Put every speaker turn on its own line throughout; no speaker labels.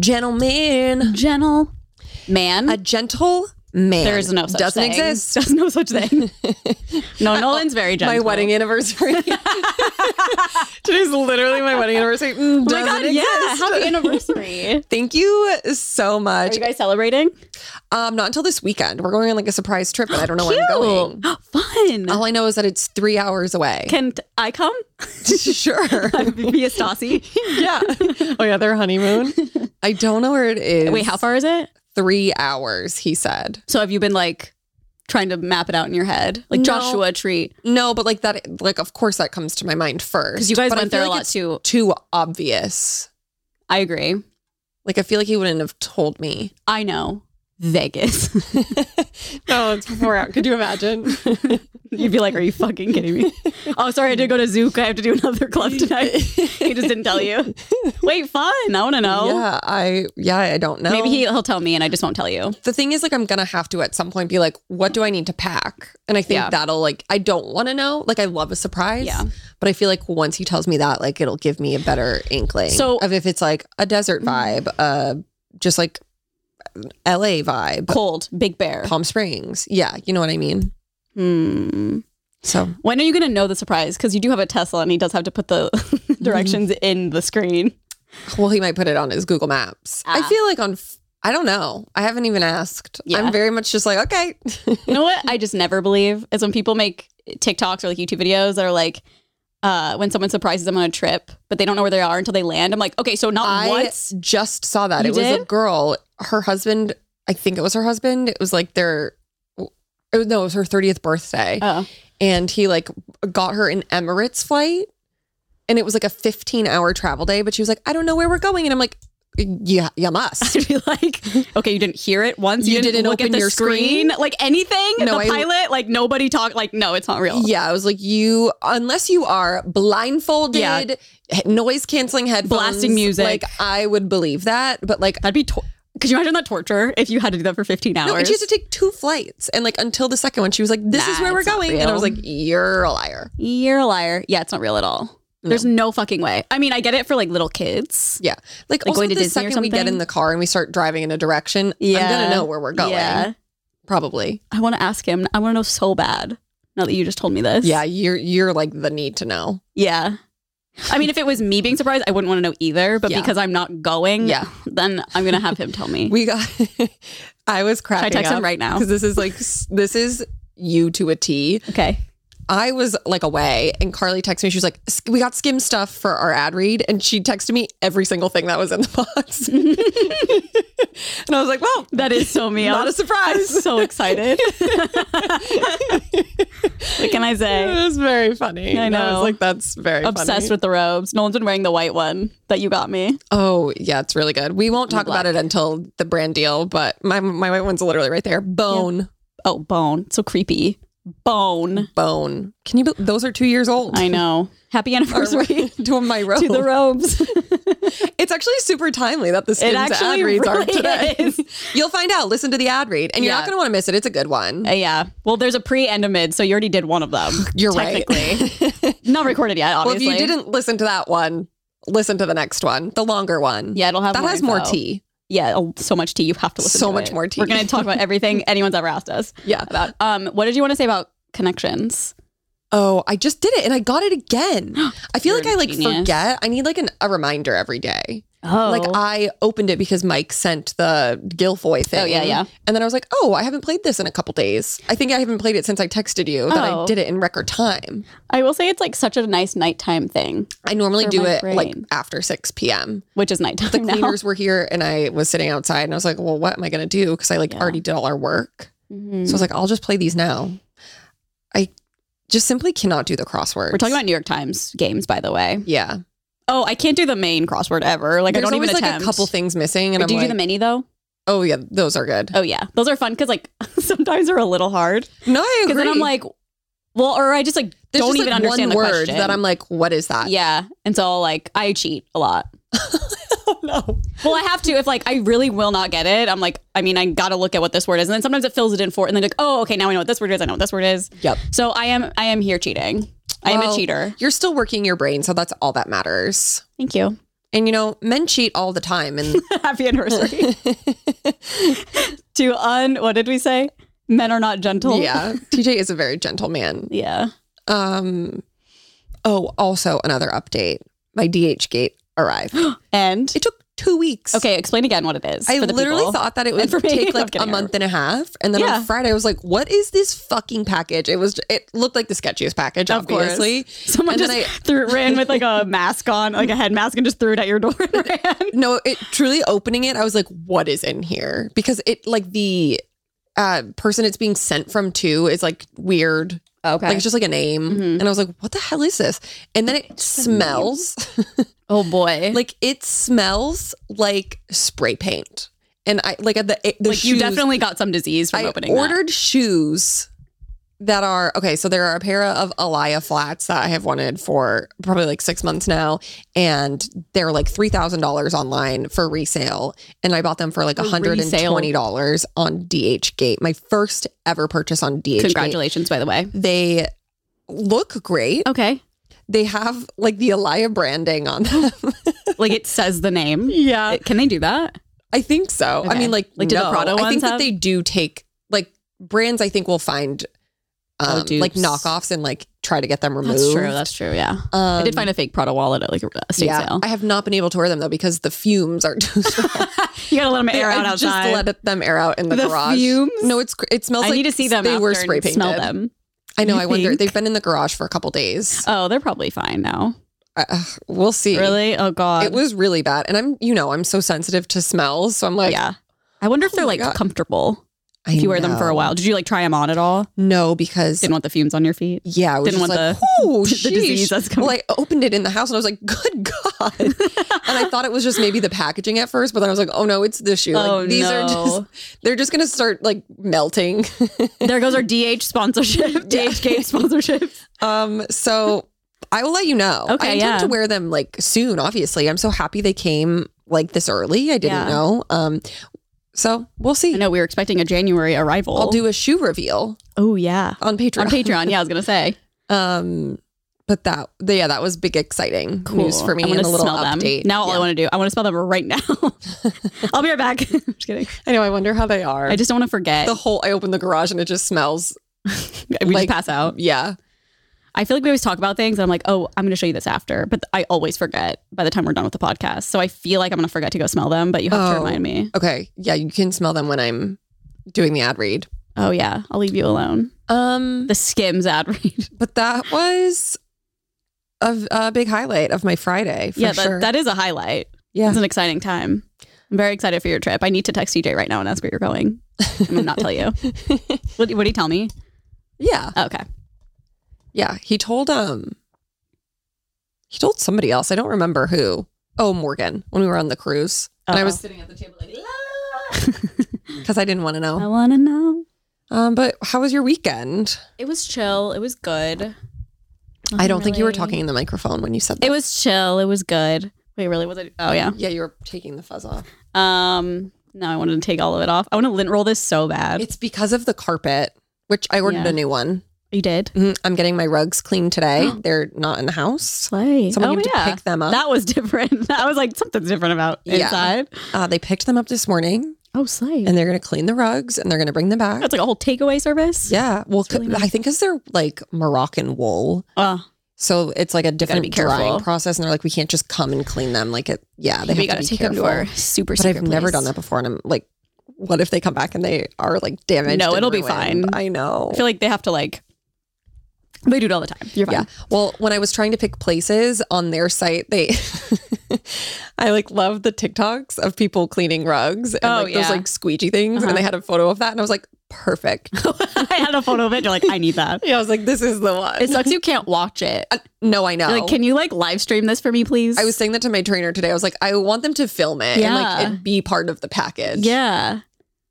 Gentleman.
gentle man.
A gentle man.
there is no such
Doesn't
thing.
exist.
There's no such thing. no, Nolan's very gentle.
My wedding anniversary. Today's literally my wedding anniversary. Mm,
Oh my
doesn't
god! Yeah,
exist.
happy anniversary.
Thank you so
Are
much.
you guys celebrating?
Um, not until this weekend. We're going on like a surprise trip, but I Oh. don't know where I'm going.
Fun.
All I know is that it's three hours away.
Can t- I come?
sure.
Be a Stassi.
yeah. Oh yeah, their honeymoon. I don't know where it is.
Wait, how far is it?
Three hours, he said.
So have you been like trying to map it out in your head, like
No.
Joshua Tree?
No, but like that, like of course that comes to my mind first.
'Cause you guys
but I
went
feel
there a
like
lot
it's
too.
Too obvious.
I agree.
Like I feel like he wouldn't have told me.
I know Vegas. Oh,
No, it's before out. Could you imagine?
You'd be like, "Are you fucking kidding me?" oh, sorry, I did go to Zook. I have to do another club tonight. he just didn't tell you. Wait, fun. I want to know.
Yeah, I yeah, I don't know.
Maybe he, he'll tell me, and I just won't tell you.
the thing is like I'm gonna have to at some point be like, what do I need to pack? And I think
Yeah.
that'll like I don't wanna know. Like I love a surprise.
Yeah.
But I feel like once he tells me that, like it'll give me a better inkling
So- Mm-hmm.
of if it's like a desert vibe, uh just like LA vibe,
Cold, Big Bear.
Palm Springs. Yeah, you know what I mean?
Hmm.
So
When are you going to know the surprise? Because you do have a Tesla, and he does have to put the directions
Mm-hmm.
in the screen.
well he might put it on his Google Maps. I
Ah.
feel like on f- I don't know. I haven't even asked.
Yeah.
I'm very much just like, okay.
You know what? I just never believe is when people make TikToks or like YouTube videos that are like. Uh, when someone surprises them on a trip, but they don't know where they are until they land, I'm like, okay, so not
I
once.
just saw that.
You
it was a
did?
girl. Her husband, I think it was her husband. It was like their, it was, no, it was her 30th birthday.
Oh.
and he like got her an Emirates flight. And it was like a 15 hour travel day. But she was like, I don't know where we're going. And I'm like, yeah, you must.
to be like, okay, you didn't hear it once. You,
You
didn't,
didn't
look
open
at the
your screen?
screen. Like anything.
No,
the
I-
pilot, like nobody talked. Like, no, it's not real.
yeah. I was like, you, unless you are blindfolded,
Yeah.
noise canceling headphones,
Blasting music.
Like, I would believe that. But like,
That'd be. Tor- Could you imagine that torture if you had to do that for 15 hours?
No, and she had to take two flights. And like until the second one, she was like, this is
Nah,
where we're
it's not
going. And I was
real.
like, you're a liar.
You're a liar. Yeah, it's not real at all. There's no fucking way. I mean, I get it for like little kids.
Yeah. Like, also
going to
the
Disney or
second we get
something?
in the car and we start driving in a direction, I'm going to know where we're going.
Yeah.
Probably.
I want to ask him. I want to know so bad. Now that you just told me this.
Yeah. You're, you're like the need to know.
Yeah. I mean, if it was me being surprised, I wouldn't want to know either. But
Yeah.
because I'm not going,
Yeah.
then I'm gonna have him tell me.
We got, I was cracking
I text him right now?
Because this is like, s- this is you to a T.
okay.
I was like away and Carly texted me. She was like, "S- we got skim stuff for our ad read. And she texted me every single thing that was in the box. and I was like, well,
That is so me.
Not a surprise.
I'm so excited. what can I say?
It was very funny.
I
And I
know.
was like, that's very
Obsessed
funny.
with the robes. Nolan's been wearing the white one that you got me.
Oh yeah, it's really good. We won't talk about it until the brand deal, but my my white one's literally right there. Bone,
Oh, bone. So creepy. Bone.
bone. Can you? Be- those are two years old.
I know. Happy anniversary
to my robe.
to the robes.
it's actually super timely that the skins
actually
ad reads aren't
really
today.
is.
You'll find out. Listen to the ad read, and you're
Yeah.
not going to want to miss it. It's a good one.
Uh, yeah. Well, there's a pre and a mid, so you already did one of them.
You're right.
technically. Not recorded yet,
Well, if
obviously.
you didn't listen to that one, listen to the next one, the longer one.
Yeah, it'll have
that
more
has more
info.
tea.
Yeah, oh, so much tea. You have to listen
So
to
much
it.
more tea.
We're going to talk about everything anyone's ever asked us.
Yeah.
about. Um, what did you want to say about connections?
Oh, I just did it and I got it again. I feel
You're
like I like
genius.
forget. I need like an, a reminder every day.
Oh,
Like I opened it because Mike sent the Guilfoy thing.
Oh, yeah, yeah.
And then I was like, oh, I haven't played this in a couple days. I think I haven't played it since I texted you that I
Oh.
did it in record time.
I will say it's like such a nice nighttime thing,
I normally
For
do
my
it like
brain.
after 6 p.m.
which is nighttime
The
now.
cleaners were here and I was sitting outside and I was like, well, what am I going to do? Because I like
Yeah.
already did all our work.
Mhm.
So I was like, I'll just play these now. I just simply cannot do the crossword.
We're talking about New York Times games, by the way.
yeah.
Oh, I can't do the main crossword ever. Like
There's
I don't even
always like
attempt.
a couple things missing, and
Wait,
I'm
do you
like,
do the mini though?
oh yeah, those are good.
Oh yeah, those are fun because like sometimes they're a little hard.
No, I
Because
agree.
then I'm like, well, or I just like
There's
don't
just,
even
like,
understand
one
the
word
question.
that I'm like, what is that?
yeah, and so like I cheat a lot.
no.
Well, I have to if like I really will not get it. I'm like, I mean, I gotta look at what this word is, and then sometimes it fills it in for, and then like, oh, okay, now I know what this word is. I know what this word is.
Yep.
So I am, I am here cheating. I am a
Well,
cheater.
You're still working your brain, so that's all that matters.
Thank you.
And you know, men cheat all the time, and
Happy anniversary to un. What did we say? Men are not gentle.
yeah, TJ is a very gentle man.
Yeah.
Um. Oh, also another update. My DH gate arrived.
And
it took two weeks.
okay, explain again what it is.
I
for the
literally
people.
thought that it
And
would
for me,
take
I'm
like a
kidding.
month and a half, and then
Yeah.
on Friday I was like, "What is this fucking package?" It was. It looked like the sketchiest package,
Of course.
obviously.
Someone
And
just
then
threw ran with like a mask on, like a head mask, and just threw it at your door and ran.
No, it truly opening it, I was like, "What is in here?" Because it like the uh, person it's being sent from to is like weird.
Okay.
Like it's just like a name,
Mhm.
and I was like, "What the hell is this?" And then it smells
oh boy.
like it smells like spray paint, and I like the the
like you
shoes-
definitely got some disease from
I
opening that.
ordered shoes that are okay. So there are a pair of Alaya flats that I have wanted for probably like six months now, and they're like three thousand dollars online for resale, and I bought them for like
For
hundred and twenty dollars on DH Gate. My first ever purchase on DH.
Congratulations, by the way.
They look great.
Okay.
They have like the Alaya branding on them.
Like it says the name.
yeah,
Can they do that?
I think so. I
Okay.
mean, like,
Like, do the
no.
Prada
I
ones
think that
have-
they do take like brands. I think will find
Oh,
um,
dupes.
like knockoffs and like try to get them removed.
That's true. That's true. Yeah. I did
Um,
find a fake Prada wallet at like a estate
yeah,
sale.
I have not been able to wear them though because the fumes are too strong.
you gotta let them air out
I
outside.
Just let them air out in the,
The
garage.
fumes?
No, it's cr- it smells.
I
like
need to see them.
They
after
were spray
and
painted.
Smell them.
I know.
You
I wonder.
think?
They've been in the garage for a couple days.
Oh, they're probably fine now.
Uh, uh, we'll see.
Really? Oh god.
It was really bad, and I'm you know I'm so sensitive to smells, so I'm like Oh
yeah. I wonder if they're
my
like
God.
comfortable.
I
if you wear them for a
know.
while. Did you like try them on at all?
No, because
Didn't want the fumes on your feet.
Yeah, I was
Didn't
just
want
like, oh,
the
sheesh.
disease that's coming.
Well, I opened it in the house and I was like, good God. and I thought it was just maybe the packaging at first, but then I was like, oh no, it's the shoe. Like,
Oh,
these are
no.
just, they're just going to start like melting.
there goes our DH sponsorship, DH game sponsorship.
um, so I will let you know. I
Okay,
intend
yeah.
to wear them like soon, obviously. I'm so happy they came like this early. I didn't
Yeah.
know. Um, so we'll
I
see.
know we were expecting a January arrival.
I'll do a shoe reveal
Oh yeah,
on Patreon.
on Patreon. Yeah, I was gonna say.
um, but that, yeah, that was big, exciting news for me
I wanna
and a little
smell them.
update.
Now all
Yeah.
I want to do, I want to smell them right now. I'll be right back. just kidding.
I know. I wonder how they are.
I just don't want to forget.
the whole. I open the garage and it just smells.
we
Oh, like-
just pass out.
Yeah,
I feel like we always talk about things, and I'm like, oh, I'm gonna show you this after, but I always forget by the time we're done with the podcast. So I feel like I'm gonna forget to go smell them, but you have to
Oh.
remind me.
Okay. Yeah, you can smell them when I'm doing the ad read.
Oh yeah, I'll leave you alone.
Um,
The Skims ad read.
but that was a, a big highlight of my Friday. For
yeah, that,
sure.
that is a highlight.
yeah.
It's an exciting time. I'm very excited for your trip. I need to text CJ right now and ask where you're going. I'm gonna not tell you. What what did he tell me? Oh,
yeah,
Okay.
yeah. He told um, he told somebody else. I don't remember who. Oh, Morgan, when we were on the cruise, and I
Uh-oh.
was sitting at the table like,
Oh.
because I didn't want to
I
know.
want to know.
Um, but how was your weekend?
It was chill. It was good.
I don't think you were
really-
talking in the microphone when you said that.
It was chill. It was good. Wait, really? Was it? Oh yeah.
Yeah, you were taking the fuzz off.
Um. No, I wanted to take all of it off. I want to lint roll this so bad.
It's because of the carpet, which I ordered
Yeah.
a new one.
you did.
Mhm. I'm getting my rugs cleaned today. They're not in the house.
Slay.
Someone
oh
needed
yeah.
to pick them up.
That was different. I was like, something's different about
Yeah.
inside.
uh, they picked them up this morning,
Oh, slay.
and they're going to clean the rugs and they're going to bring them back.
That's like a whole takeaway service.
Yeah, well,
That's really
c- I think because they're like Moroccan wool,
Oh,
So it's like a different
be careful.
drying process, and they're like, we can't just come and clean them. Like it, yeah, they have
we gotta
to be
take
careful.
them to our super
but I've
secret
never
place.
done that before, and I'm like, what if they come back and they are like damaged?
No,
and
it'll be
ruined?
fine.
I know.
I feel like they have to like they do it all the time. You're fine.
Yeah. Well, when I was trying to pick places on their site, they I like love the TikToks of people cleaning rugs and
Oh,
like
yeah. Uh-huh.
those like squeegee things. And they had a photo of that and I was like, perfect.
I had a photo of it. You're like, I need that.
yeah, I was like, this is the one. Uh,
It sucks you can't watch it.
no, I know.
You're like, can you like live stream this for me, please?
I was saying that to my trainer today. I was like, I want them to film it and like
Yeah.
it be part of the package.
Yeah.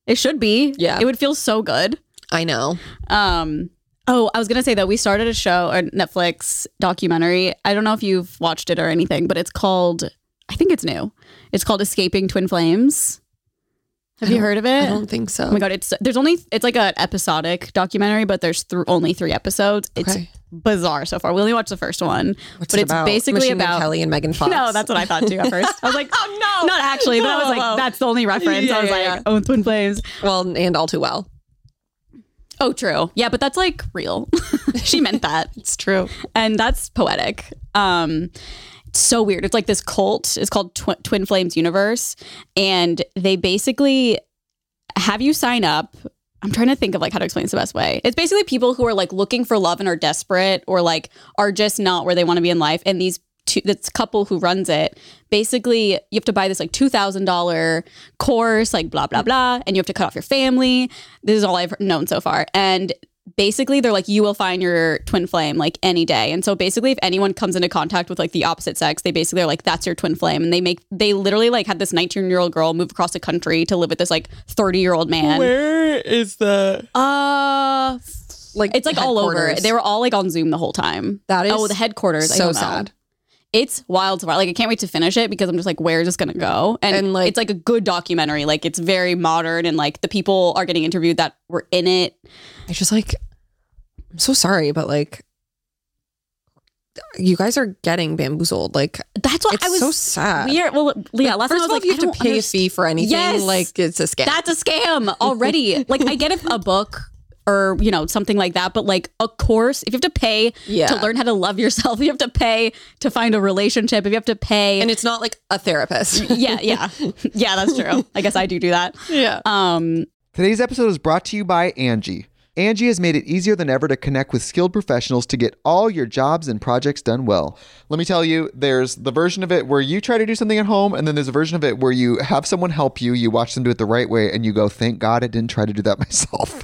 It should be.
Yeah.
It would feel so good.
I know.
Um oh, I was gonna say that we started a show a Netflix documentary. I don't know if you've watched it or anything, but it's called I think it's new. It's called Escaping Twin Flames. Have
I
you
don't-
heard of it?
I don't think so.
Oh my god, it's there's only it's like an episodic documentary, but there's thr only three episodes. It's
Okay.
bizarre so far. We only watched the first one,
What's
but
it
it's
about?
basically
Machine Gun
about
Kelly and Megan Fox.
No, that's what I thought too at first. I was like,
Oh no.
not actually, but I was like,
Oh.
that's the only reference.
Yeah,
I was
yeah,
like,
yeah.
oh, Twin Flames.
Well, and all too well.
Oh, true. Yeah, but that's like real. she meant that.
It's true.
And that's poetic. Um, it's so weird. It's like this cult. It's called Tw- Twin Flames Universe. And they basically have you sign up. I'm trying to think of like how to explain this the best way. It's basically people who are like looking for love and are desperate or like are just not where they want to be in life. And these two, this couple who runs it, basically you have to buy this like $2,000 course, like blah, blah, blah. And you have to cut off your family. This is all I've known so far. And basically they're like, you will find your twin flame like any day. And so basically if anyone comes into contact with like the opposite sex, they basically are like, that's your twin flame. And they make, they literally like had this 19 year old girl move across the country to live with this like 30 year old man.
Where is the
Uh,
like
it's like all over.
headquarters.
They were all like on Zoom the whole time.
That is
oh the headquarters. I
so
don't know.
sad.
It's wild, wild. Like I can't wait to finish it because I'm just like, where is this gonna go? And,
And, like-
like, it's like a good documentary. Like it's very modern and like the people are getting interviewed that were in it.
I just like I'm so sorry, but like you guys are getting bamboozled. Like
That's what
it's
I was.
so sad.
Weird. Well, yeah. last
First
time
of
I was
all,
like,
if you have
I
to
don't
pay
understand-
a fee for anything,
Yes.
like it's a scam.
That's a scam already. like I get if a book or you know something like that, but like a course, if you have to pay
Yeah.
to learn how to love yourself, if you have to pay to find a relationship, if you have to pay
and it's not like a therapist.
yeah, yeah, yeah. That's true. I guess I do do that.
yeah.
Um,
Today's episode is brought to you by Angie. Angie has made it easier than ever to connect with skilled professionals to get all your jobs and projects done well. Let me tell you, there's the version of it where you try to do something at home, and then there's a version of it where you have someone help you, you watch them do it the right way, and you go, thank God I didn't try to do that myself.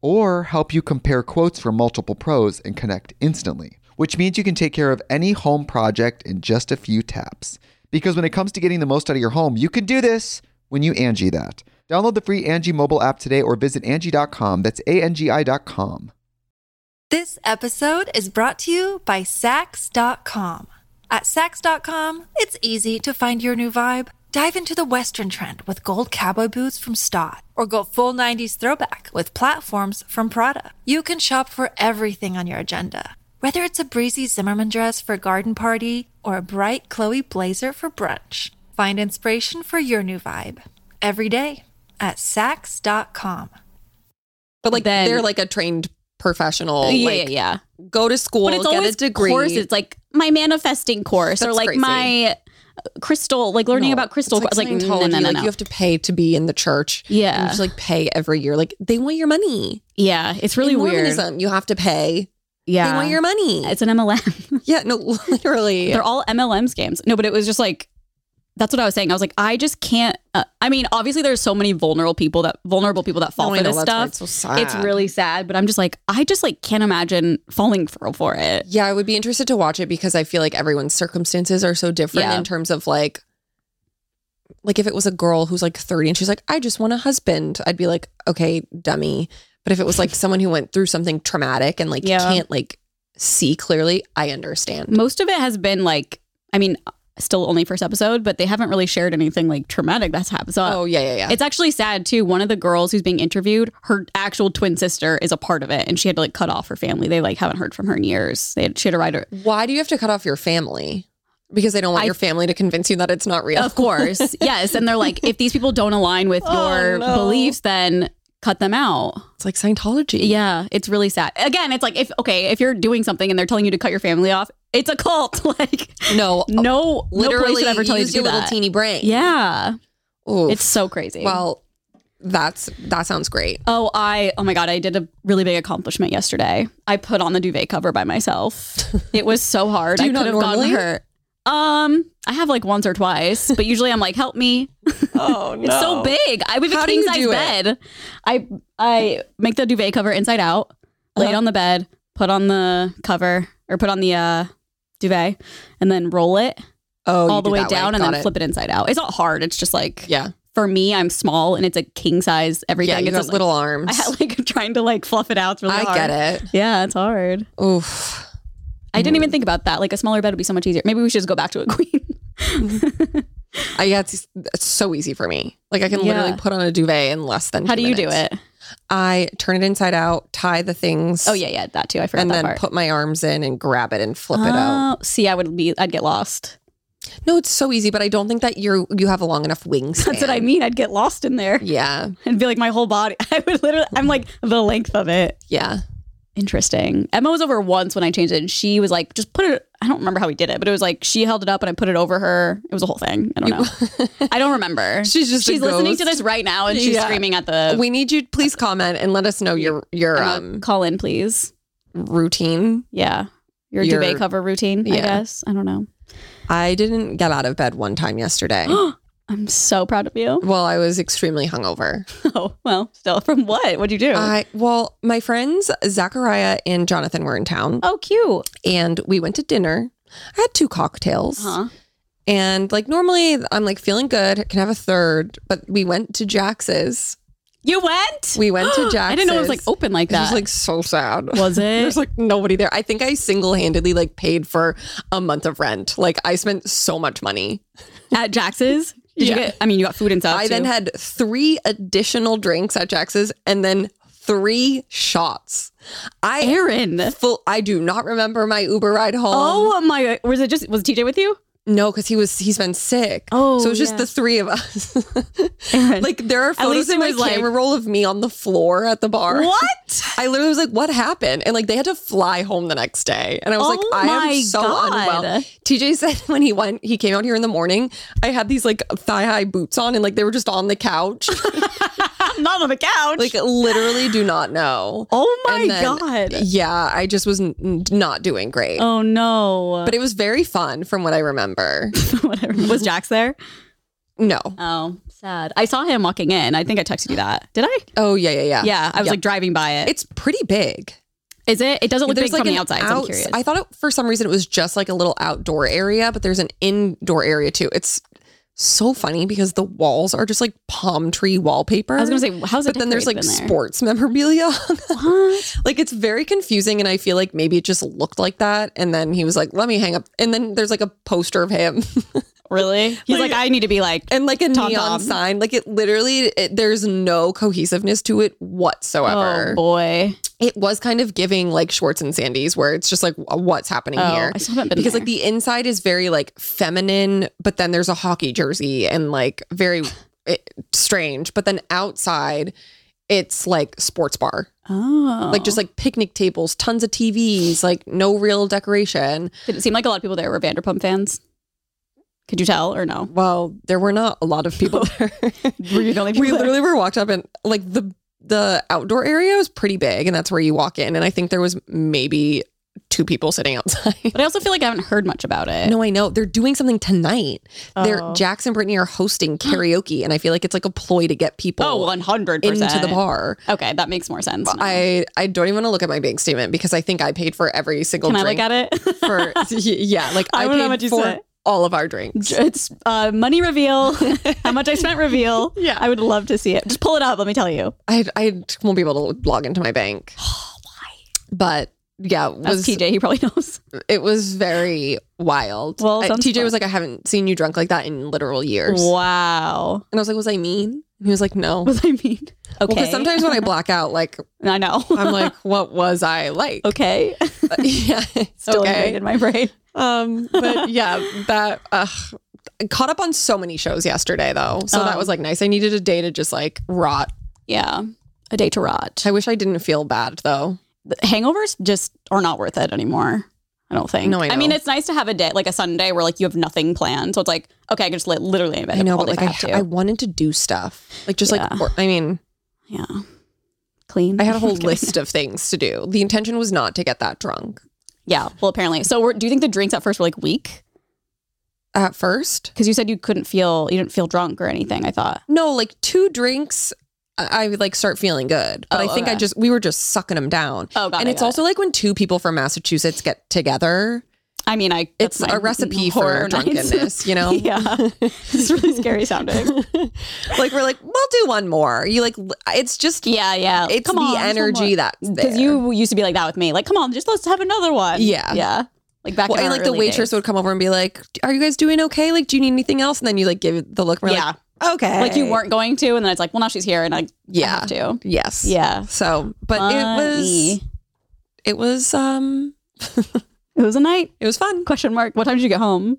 or help you compare quotes from multiple pros and connect instantly, which means you can take care of any home project in just a few taps. Because when it comes to getting the most out of your home, you can do this when you Angie that. Download the free Angie mobile app today or visit Angie.com. That's A-N-G-I dot com.
This episode is brought to you by Sax.com. At Sax.com, it's easy to find your new vibe. Dive into the Western trend with gold cowboy boots from Stott, or go full 90s throwback with platforms from Prada. You can shop for everything on your agenda, whether it's a breezy Zimmerman dress for a garden party or a bright Chloe blazer for brunch. Find inspiration for your new vibe every day at Sax.com.
But like
Then-
they're like a trained professional.
yeah,
like,
yeah, yeah.
Go to school,
But it's
get
always
a degree.
course. It's like my manifesting course or
That's
like
crazy.
my crystal, like learning
No,
about crystal.
It's like,
course. like no,
Scientology,
no, no,
like,
no.
you have to pay to be in the church.
Yeah.
You have to like pay every year. Like they want your money.
yeah, it's really
in
weird.
Mormonism, you have to pay.
Yeah.
They want your money.
It's an MLM.
yeah, no, literally.
They're all MLM scams. No, but it was just like that's what I was saying. I was like, I just can't. Uh, I mean, obviously, there's so many vulnerable people that vulnerable people that fall
Oh, I
for
know,
this
that's why
stuff.
it's so sad.
It's really sad, but I'm just like, I just like can't imagine falling for for it.
Yeah, I would be interested to watch it because I feel like everyone's circumstances are so different
Yeah.
in terms of like like if it was a girl who's like 30 and she's like, I just want a husband, I'd be like, okay, dummy. But if it was like someone who went through something traumatic and like
Yeah.
can't like see clearly, I understand.
Most of it has been like, I mean, still only first episode, but they haven't really shared anything like traumatic that's happened. So
oh yeah, yeah, yeah.
It's actually sad too. One of the girls who's being interviewed, her actual twin sister is a part of it, and she had to like cut off her family. They like haven't heard from her in years. They had, she had to write her.
Why do you have to cut off your family? Because they don't want
I-
your family to convince you that it's not real.
Of course, yes. And they're like, if these people don't align with your
Oh, no.
beliefs, then cut them out.
It's like Scientology.
Yeah, it's really sad. Again, it's like if okay, if you're doing something and they're telling you to cut your family off, it's a cult. like
No,
no, no
literally
place should ever tell you to
use
do
your little
that.
teeny brain.
yeah,
Oof.
it's so crazy.
well, that's that sounds great.
Oh, I oh my god, I did a really big accomplishment yesterday. I put on the duvet cover by myself. It was so hard.
Do you
I
not
could have gotten
normally?
hurt. Um, I have like once or twice, but usually I'm like, help me.
Oh
It's so big. I we have
How
a
do
king
you
size
do it?
bed. I I make the duvet cover inside out, lay it
Uh-huh.
on the bed, put on the cover or put on the uh duvet, and then roll it
Oh,
all the way down and then
flip.
flip it inside out. It's not hard. It's just like
Yeah.
for me, I'm small and it's a king size everything.
Yeah, you
it's
got
just, like,
little arms.
I had like trying to like fluff it out. It's really
I
hard.
get it.
Yeah, it's hard.
Oof.
I didn't
Mm.
even think about that. Like a smaller bed would be so much easier. Maybe we should just go back to a queen.
I yeah, it's, it's so easy for me. Like I can literally
Yeah.
put on a duvet in less than
How
two
do you do
minutes.
it?
I turn it inside out, tie the things.
Oh yeah, yeah, that too. I forgot
And
that
then
part.
put my arms in and grab it and flip it out.
Oh, See, I would be. I'd get lost.
No, it's so easy, but I don't think that you're you have a long enough wingspan.
That's what I mean. I'd get lost in there
Yeah,
and be like my whole body. I would literally. I'm like the length of it.
yeah.
Interesting. Emma was over once when I changed it, and she was like, "Just put it." I don't remember how we did it, but it was like she held it up and I put it over her. It was a whole thing. I don't know. I don't remember.
She's just a
she's listening
ghost.
to this right now, and she's
Yeah.
screaming at the.
We need you. Please comment and let us know your your
Emma,
um
call in, please.
routine.
Yeah. Your,
Your-
duvet cover routine, I
Yeah.
guess. I don't know.
I didn't get out of bed one time yesterday.
I'm so proud of you.
well, I was extremely hungover.
Oh, well, still from what? What'd you do?
I well, my friends Zachariah and Jonathan were in town.
oh, cute.
and we went to dinner. I had two cocktails.
Uh-huh.
And like normally I'm like feeling good, I can have a third, but we went to Jax's.
You went?
We went to Jax's.
I didn't know it was like open like
It
that.
was like so sad.
Was
There's
it?
like nobody there. I think I single-handedly like paid for a month of rent. Like I spent so much money.
at Jax's? Did
Yeah.
you get, I mean, you got food and stuff.
I then
too.
had three additional drinks at Jax's and then three shots. I
Aaron.
full I do not remember my Uber ride home.
Oh my, was it just, was TJ with you?
No, because he was he's been sick.
Oh,
so it was just
yeah.
the three of us.
Aaron.
like there are photos
least
in
it
my
was, like-
camera roll of me on the floor at the bar.
What?
I literally was like, "What happened?" And like they had to fly home the next day, and I was
Oh
like, "I
my
am so
God.
unwell." TJ said when he went, he came out here in the morning. I had these like thigh high boots on, and like they were just on the couch.
I'm not on the couch.
like literally, do not know.
oh my
And then,
God.
Yeah, I just was n- n- not doing great,
Oh no.
but it was very fun from what I remember.
Whatever. Was Jax there?
no.
Oh, sad. I saw him walking in. I think I texted you that. Did I?
Oh yeah, yeah, yeah.
Yeah, I was
Yep.
like driving by it.
It's pretty big.
Is it? It doesn't look
There's
big from the
an
outside. so I'm
outs-
curious.
I thought it, for some reason it was just like a little outdoor area, but there's an indoor area too. It's so funny because the walls are just like palm tree wallpaper.
I was gonna say, how's it?
but then there's like
decorated in there?
sports memorabilia.
What?
like it's very confusing, and I feel like maybe it just looked like that. And then he was like, "Let me hang up." And then there's like a poster of him
Really? He's like, I need to be like.
and like a
Tom
neon
Tom.
sign. Like it literally, it, there's no cohesiveness to it whatsoever.
Oh boy.
it was kind of giving like Schwartz and Sandy's, where it's just like, what's happening
Oh,
here?
I still haven't been
because
there.
like the inside is very like feminine, but then there's a hockey jersey and like very it, strange. But then outside, it's like sports bar,
Oh.
like just like picnic tables, tons of TVs, like no real decoration.
Did it seem like a lot of people there were Vanderpump fans? Could you tell or no?
Well, there were not a lot of people there.
Were you the only people
we
there?
literally were walked up and like the the outdoor area was pretty big, and that's where you walk in. And I think there was maybe two people sitting outside.
But I also feel like I haven't heard much about it.
No, I know. They're doing something tonight. They're
Eh. Oh.
Jax and Brittany are hosting karaoke, and I feel like it's like a ploy to get people
Oh, 100%.
into the bar.
Okay, that makes more sense. now.
I, I don't even want to look at my bank statement because I think I paid for every single
Can I
drink
look at it?
for yeah, like I,
I don't know
paid
how much you
for
spent.
all of our drinks.
It's uh, money reveal. How much I spent reveal.
Yeah.
I would love to see it. Just pull it up. Let me tell you.
I I won't be able to log into my bank. Why? But yeah, it
That's
was
TJ. He probably knows.
it was very wild.
Well,
I-
sounds
TJ
fun.
was like, I haven't seen you drunk like that in literal years.
Wow.
And I was like, was I mean? And he was like, no.
What does I mean? Okay.
Because sometimes when I black out, like
I know.
I'm like, what was I like?
okay.
yeah, it's
Still ingrained
okay.
in my brain.
Um, but yeah, that uh, caught up on so many shows yesterday though, so that
Oh.
was like nice. I needed a day to just like rot.
Yeah. A day to rot.
I wish I didn't feel bad though.
The Hangovers just are not worth it anymore. I don't think.
No, I know.
mean, it's nice to have a day like a Sunday where like you have nothing planned. So it's like, okay, I can just li- literally anybody
I know,
all
but like
day if
I,
I have to.
I wanted to do stuff, like just
Yeah.
like or, I mean,
yeah. Clean.
I had a whole
Just kidding.
list of things to do. The intention was not to get that drunk
Yeah. Well, apparently. So we're, do you think the drinks at first were like weak?
at first.
Because you said you couldn't feel, you didn't feel drunk or anything. I thought.
No, like two drinks, I I would like start feeling good, but
Oh,
I think I
okay.
just we were just sucking them down.
Oh, got
and
it,
it's
got
also like when two people from Massachusetts get together.
I mean, I.
It's
that's
a
my
recipe for
horror nights.
drunkenness, you know?
yeah. It's really scary sounding.
like we're like, we'll do one more. You like, l- it's just,
Yeah, yeah.
it's
Come
the
on,
energy that's there.
Because you used to be like that with me. Like, come on, just let's have another one.
Yeah.
Yeah. Like back
well,
in
and
our
like the
early
waitress
days.
would come over and be like, are you guys doing okay? Like, do you need anything else? And then you like give it the look. We're
Yeah.
like, okay.
Like you weren't going to, and then it's like, well, now she's here, and I, I
Yeah.
have to.
Yes.
Yeah.
So, but it was,
Funny.
it was, um,
It was a night.
it was fun.
Question mark. What time did you get home?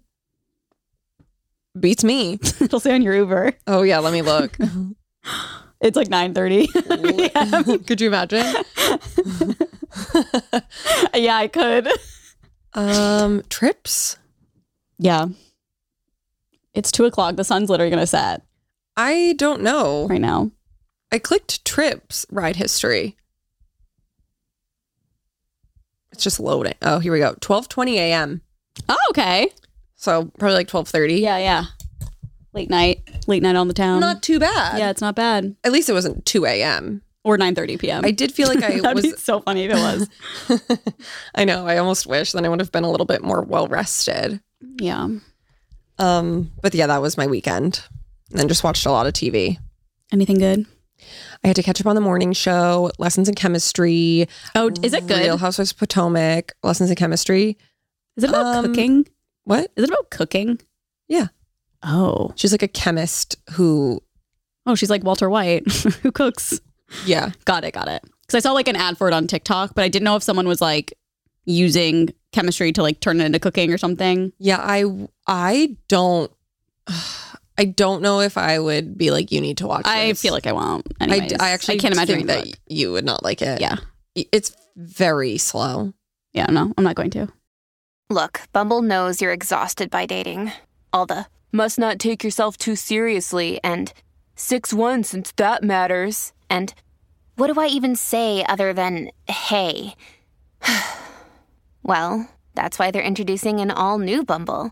Beats me.
It'll say on your Uber.
Oh yeah. Let me look.
It's like nine thirty.
Could you imagine?
yeah, I could.
Um, trips.
Yeah. It's two o'clock. The sun's literally gonna set
I don't know.
right now.
I clicked trips ride history. It's just loading. Oh, here we go. Twelve twenty a.m.
Oh, okay.
So probably like twelve thirty.
Yeah, yeah. Late night. Late night on the town.
not too bad.
yeah, it's not bad.
At least it wasn't two a.m.
Or nine thirty p.m.
I did feel like I
Um, That'd be
was.
so funny if it was.
I know. I almost wish then I would have been a little bit more well rested.
yeah.
Um, but yeah, that was my weekend, and then just watched a lot of TV.
Anything good?
I had to catch up on the morning show, lessons in chemistry.
Oh, is it good?
Real Housewives of Potomac, lessons in chemistry.
Is it about
Um,
cooking?
What?
Is it about cooking?
Yeah.
Oh.
She's like a chemist who,
Oh, she's like Walter White, who cooks.
yeah,
Got it, got it. Because I saw like an ad for it on TikTok, but I didn't know if someone was like using chemistry to like turn it into cooking or something.
yeah. I I don't, I don't know if I would be like you need to watch.
I
this."
feel like I won't.
I,
Anyways,
I actually
can't imagine
think
reading
that
the book.
you would not like it.
Yeah.
it's very slow.
Yeah, no, I'm not going to.
Look, Bumble knows you're exhausted by dating. All the must not take yourself too seriously and 6 1 since that matters. And
What do I even say other than hey? well, that's why they're introducing an all new Bumble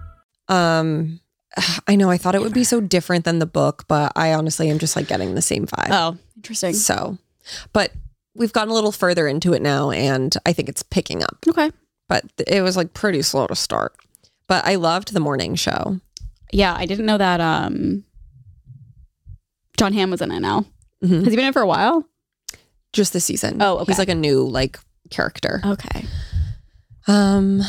Um, I know. I thought it would be so different than the book, but I honestly am just like getting the same vibe.
Oh, interesting.
So, but we've gotten a little further into it now, and I think it's picking up.
Okay.
But th- it was like pretty slow to start. But I loved the morning show.
Yeah, I didn't know that um John Hamm was in it now.
Mhm.
Has he been in it for a while?
just this season.
Oh, okay.
He's like a new like character.
Okay.
Um,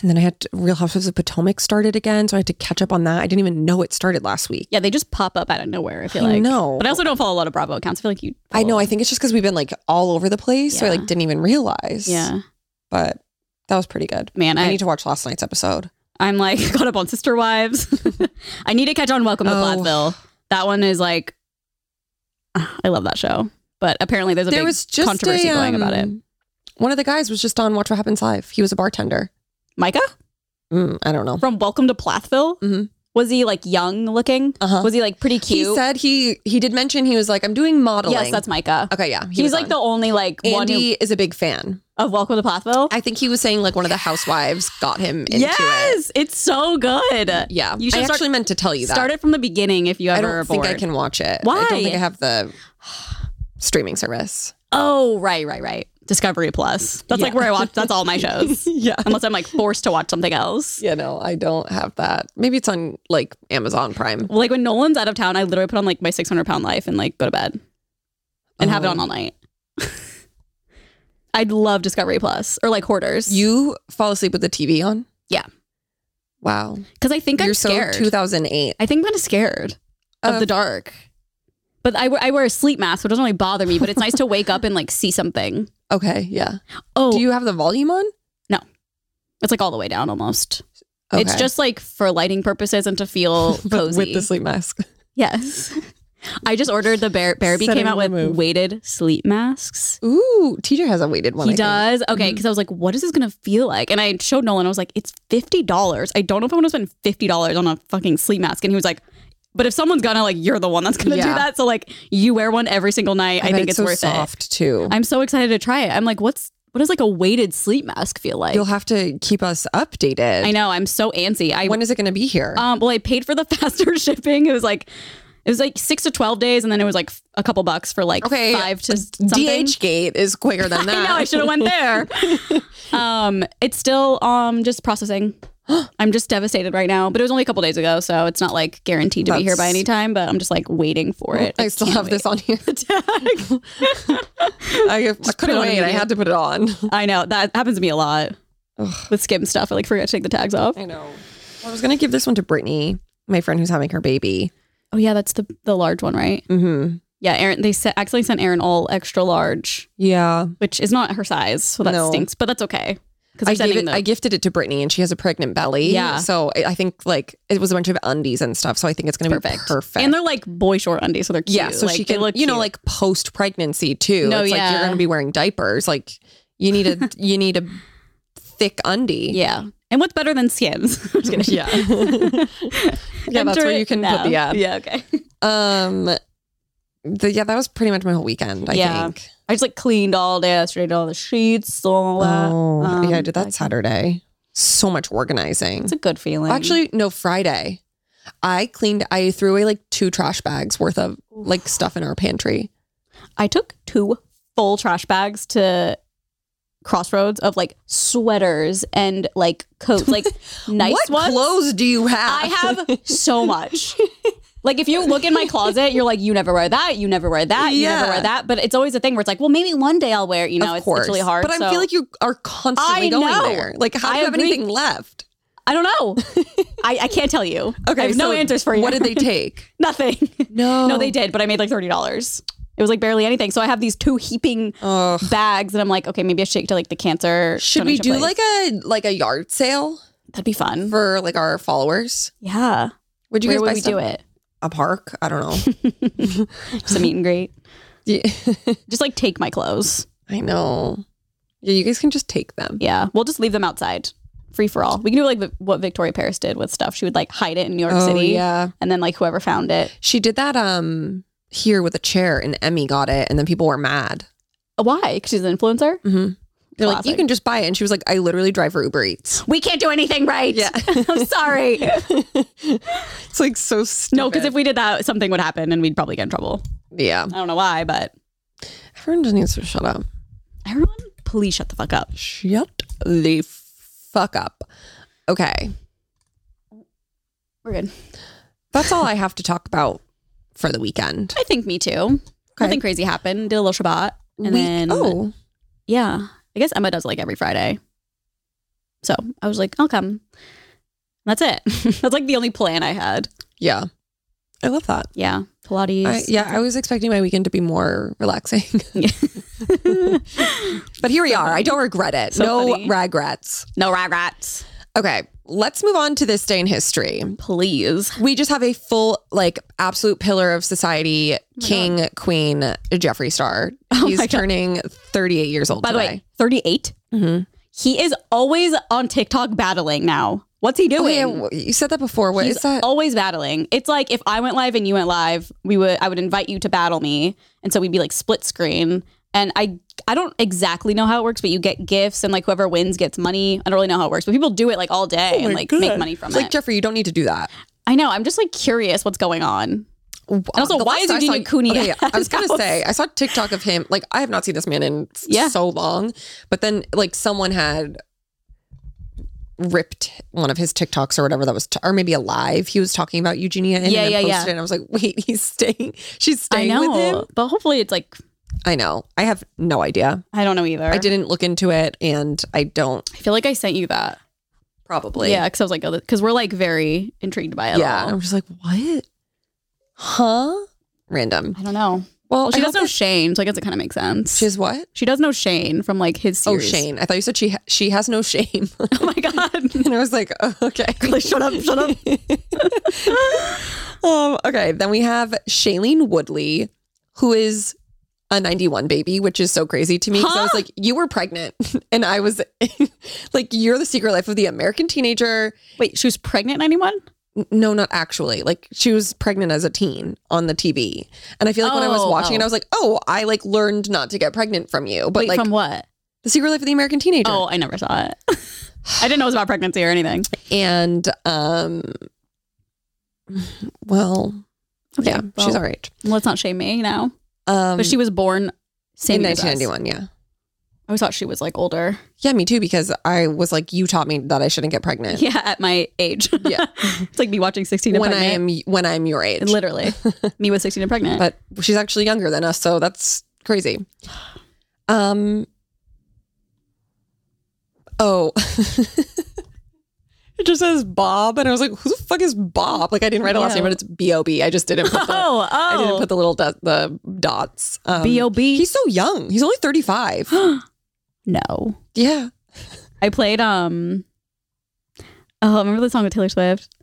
And then I had to, Real Housewives of Potomac started again, so I had to catch up on that. I didn't even know it started last week.
Yeah, they just pop up out of nowhere. I feel
I
like.
know.
but I also don't follow a lot of Bravo accounts. I feel like you.
I know.
follow-
I think it's just because we've been like all over the place, so I
Yeah.
like didn't even realize.
Yeah,
but that was pretty good.
man.
I
I,
need to watch last night's episode.
I'm like caught up on Sister Wives. I need to catch on Welcome to
Oh.
Plathville. That one is like, I love that show. But apparently, there's a big controversy
a,
going about it.
um, One of the guys was just on Watch What Happens Live. He was a bartender.
Micah
Mm, I don't know.
from Welcome to Plathville.
Mhm.
Was he like young looking?
Uh-huh.
Was he like pretty cute?
He said he he did mention he was like I'm doing modeling.
yes, that's Micah.
okay. Yeah,
He's like the only like one who-
Andy is a big fan.
of Welcome to Plathville.
I think he was saying like one of the housewives got him into it.
yes, it's so good.
Yeah,
you
I
should
actually
start,
meant to tell you that.
start it from the beginning if you ever
I
are
don't think I
bored.
can watch it. I don't
Why?
think I have the streaming service.
Oh, right, right, right. Discovery Plus. That's like
Yeah.
where I watch. That's all my shows.
Yeah.
Unless I'm like forced to watch something else.
Yeah, no, I don't have that. Maybe it's on like Amazon Prime.
Like when Nolan's out of town, I literally put on like my 600 pound life and like go to bed and have it
Oh.
on all night. I'd love Discovery Plus or like Hoarders.
You fall asleep with the TV on?
Yeah.
Wow.
because I think
You're
I'm scared.
so 2008.
I think I'm kind of scared of
Of-
the dark. But I, wear- I wear a sleep mask, so it doesn't really bother me. But it's nice to wake up and like see something.
Okay, yeah.
Oh,
Do you have the volume on?
it's like all the way down almost.
Okay.
It's just like for lighting purposes and to feel
But
cozy.
with the sleep mask.
Yes. I just ordered the Bear Bearby
Setting
came out
the
with
move.
weighted sleep masks.
Ooh, TJ has a weighted one.
he
I think.
does.
mm-hmm.
Okay, because I was like, what is this gonna feel like? And I showed Nolan, I was like, it's fifty dollars. I don't know if I want to spend fifty dollars on a fucking sleep mask. And he was like, But if someone's gonna like, you're the one that's gonna do
Yeah.
that. So like you wear one every single night. I,
bet
think it's,
so
worth
soft too.
it. I'm so excited to try it. I'm like, what's what does like a weighted sleep mask feel like?
You'll have to keep us updated.
I know, I'm so antsy. I
When is it going to be here?
Um, well, I paid for the faster shipping. It was like it was like six to twelve days, and then it was like f- a couple bucks for like
okay, uh,
five to something.
DH Gate is quicker than that.
I know I should have went there. um, it's still um just processing. I'm just devastated right now, but it was only a couple days ago, so it's not like guaranteed to be here by
That's-
any time. But I'm just like waiting for it.
I still have this on here.
this.
I, I
put it
couldn't
on
wait. I
immediate.
had to put it on.
I know that happens to me a lot with skim stuff. I like forget to take the tags off.
I know. I was going to give this one to Brittany, my friend who's having her baby.
Oh yeah, that's the the large one, right?
Mm-hmm.
Yeah, Aaron. They se- accidentally sent Aaron all extra large.
Yeah.
which is not her size, so that
No.
stinks. But that's okay because
I
I'm
gave
sending
it,
the
I gifted it to Brittany, and she has a pregnant belly.
Yeah.
so I I think like it was a bunch of undies and stuff. So I think it's going to be
perfect.
perfect. Perfect,
and they're like boy short undies, so they're cute.
yeah. So
like,
she
they
can,
look
you know,
cute.
like post pregnancy too.
No,
it's like you're
yeah.
going to be wearing diapers. Like you need a you need a thick undie.
yeah. And what's better than skins? I'm just kidding.
Yeah. Yeah, that's
Enter
where you
it
can put the
now.
ad.
Yeah, okay.
Um. The, yeah, that was pretty much my whole weekend. I
Yeah.
think.
I just like cleaned all day, straightened all the sheets, all that.
Oh, yeah, I
Um,
did that Saturday. So much organizing.
It's a good feeling.
Actually, no, Friday. I cleaned, I threw away like two trash bags worth of like stuff in our pantry.
I took two full trash bags to crossroads of like sweaters and like coats, like nice
what
ones.
clothes do you have?
I have so much. Like if you look in my closet, you're like, you never wear that, you never wear that, you never
Yeah.
wear that. But it's always a thing where it's like, well, maybe one day I'll wear. it, You know,
of
it's,
course.
it's really hard.
But I
so-
feel like you are constantly
I
going
know.
there. Like, how do
I
you have
agree.
anything left?
I don't know. I, I can't tell you. I have no
so
answers for you.
What did they take?
Nothing.
No.
No, they did, but I made like thirty dollars. It was like barely anything. So I have these two heaping
Ugh.
bags, and I'm like, okay, maybe I should take to like the cancer.
Should we
donation
do like
place.
a like a yard sale
that'd be fun?
for like our followers?
yeah.
Would you
Where
guys
would
buy
we
stuff?
do it?
A park? I don't know.
Just a meet and greet.
Yeah.
Just like take my clothes.
I know. Yeah, you guys can just take them.
Yeah, we'll just leave them outside, free for all. We can do like the, what Victoria Paris did with stuff. She would like hide it in New York
Oh,
City,
yeah.
and then like whoever found it.
She did that um here with a chair, and Emmy got it, and then people were mad.
Uh, Why? Because she's an influencer.
Mm-hmm. They're like, you
Classic.
can just buy it, and she was like, I literally drive for Uber Eats.
We can't do anything right.
Yeah.
I'm sorry.
It's like so stupid.
no, because if we did that, something would happen, and we'd probably get in trouble.
yeah,
I don't know why, but
everyone just needs to shut up.
everyone, please shut the fuck up.
Shut the fuck up. Okay,
We're good.
that's all I have to talk about for the weekend.
I think me too. Nothing crazy happened. Did a little Shabbat, and
Week-
then
oh,
yeah, I guess Emma does like every Friday. So I was like, I'll come. That's it. That's like the only plan I had.
Yeah. I love that.
Yeah. Pilates.
I, yeah, I was expecting my weekend to be more relaxing. but here we are. I don't regret it.
So
no
funny.
regrets.
No regrets.
Okay, let's move on to this day in history.
Please.
We just have a full, like, absolute pillar of
Oh
society, King, Queen, Jeffree Star. He's
my God.
turning 38 years old.
By the way, 38.
Mm-hmm.
He is always on TikTok battling now. What's he doing?
Wait, Oh, you said that before. What is
He's
that?
always battling. It's like if I went live and you went live, we would I would invite you to battle me, and so we'd be like split screen. And I I don't exactly know how it works, but you get gifts, and like whoever wins gets money. I don't really know how it works, but people do it like all day and like make money from
Oh it's
it.
like, Jeffrey, you don't need to do that.
I know. I'm just like curious what's going on. also,
The
why
last
is
I saw-
Eugenia Cooney
Okay, yeah,
at
I was gonna
his
say I saw TikTok of him. Like I have not seen this man in s-
Yeah.
so long, but then like someone had ripped one of his TikToks or whatever that was, t- or maybe a live. He was talking about Eugenia and
Yeah,
then
yeah,
posted
yeah.
it. And I was like, wait, he's staying. She's
I
staying with him.
know, but hopefully it's like
I know. I have no idea.
I don't know either.
I didn't look into it, and I don't
I feel like I sent you that.
probably.
yeah, because I was like, because we're like very intrigued by it.
yeah.
all.
I'm just like, what? Huh? Random.
I don't know.
Well,
Well, she
I
does
hope
know
that-
Shane, so I guess it kind of makes sense.
She's what?
She does know Shane from like his
Oh,
series.
Shane. I thought you said she ha- she has no shame.
Oh my god.
And I was like, oh, okay. shut up, shut up. um, okay. Then we have Shailene Woodley, who is a 91 baby, which is so crazy to me. Because I was
Huh?
like, you were pregnant. And I was like, you're the secret life of the American teenager.
Wait, she was pregnant in 91?
N- No, not actually. Like she was pregnant as a teen on the TV. And I feel like when I was
Oh,
watching it,
oh.
I was like, oh, I like learned not to get pregnant from you. But
Wait,
like
from what?
the secret life of the American teenager.
Oh, I never saw it. I didn't know it was about pregnancy or anything.
And um well,
Okay,
yeah, she's
well,
all right.
Let's not shame me now.
Um,
but she was born same
in
year as us.
1991. Yeah,
I always thought she was like older.
yeah, me too. Because I was like, you taught me that I shouldn't get pregnant.
Yeah, at my age.
Yeah.
it's like me watching 16 and
when I
pregnant.
am when I'm your age,
Literally. me with 16 and pregnant.
But she's actually younger than us, so that's crazy. Um. Oh. It just says Bob, and I was like, "Who the fuck is Bob?" Like, I didn't write a last name, but it's B O B. I just didn't. Put the,
oh,
I didn't
oh.
put the little do- the dots. Um,
B.O.B.?
He's so young. He's only thirty five.
no.
yeah.
I played um Oh, remember the song with Taylor Swift?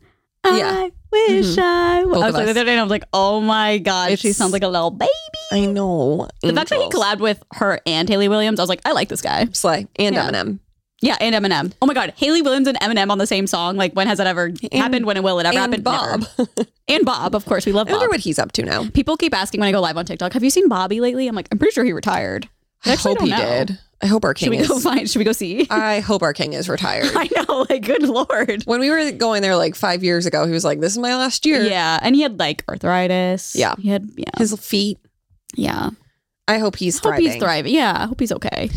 Yeah. Mm-hmm.
I wish I was.
Both
I
of
was like the
us.
other day and I was like, oh my God, she
It's-
sounds like a little baby.
I know.
The fact that he
Angels.
collabed with her and Haley Williams, I was like, I like this guy.
Slay and
Yeah.
Eminem.
Yeah, and Eminem. Oh my God, Haley Williams and Eminem on the same song. Like, when has that ever happened? When will it ever
and
happen?
Bob.
Never. and Bob, of course, we love
I wonder
Bob.
what he's up to now.
People keep asking when I go live on TikTok, have you seen Bobby lately? I'm like, I'm pretty sure he retired. I
I
actually
hope
don't
he
know.
did. I hope our
Should
king
we go
is. Uh,
find? Should we go see?
I hope our king is retired.
I know, like, good lord.
when we were going there like five years ago, he was like, "This is my last year."
Yeah, and he had like arthritis.
Yeah.
he had yeah,
His feet.
yeah.
I hope he's
hope
thriving.
he's thriving. Yeah, I hope he's okay.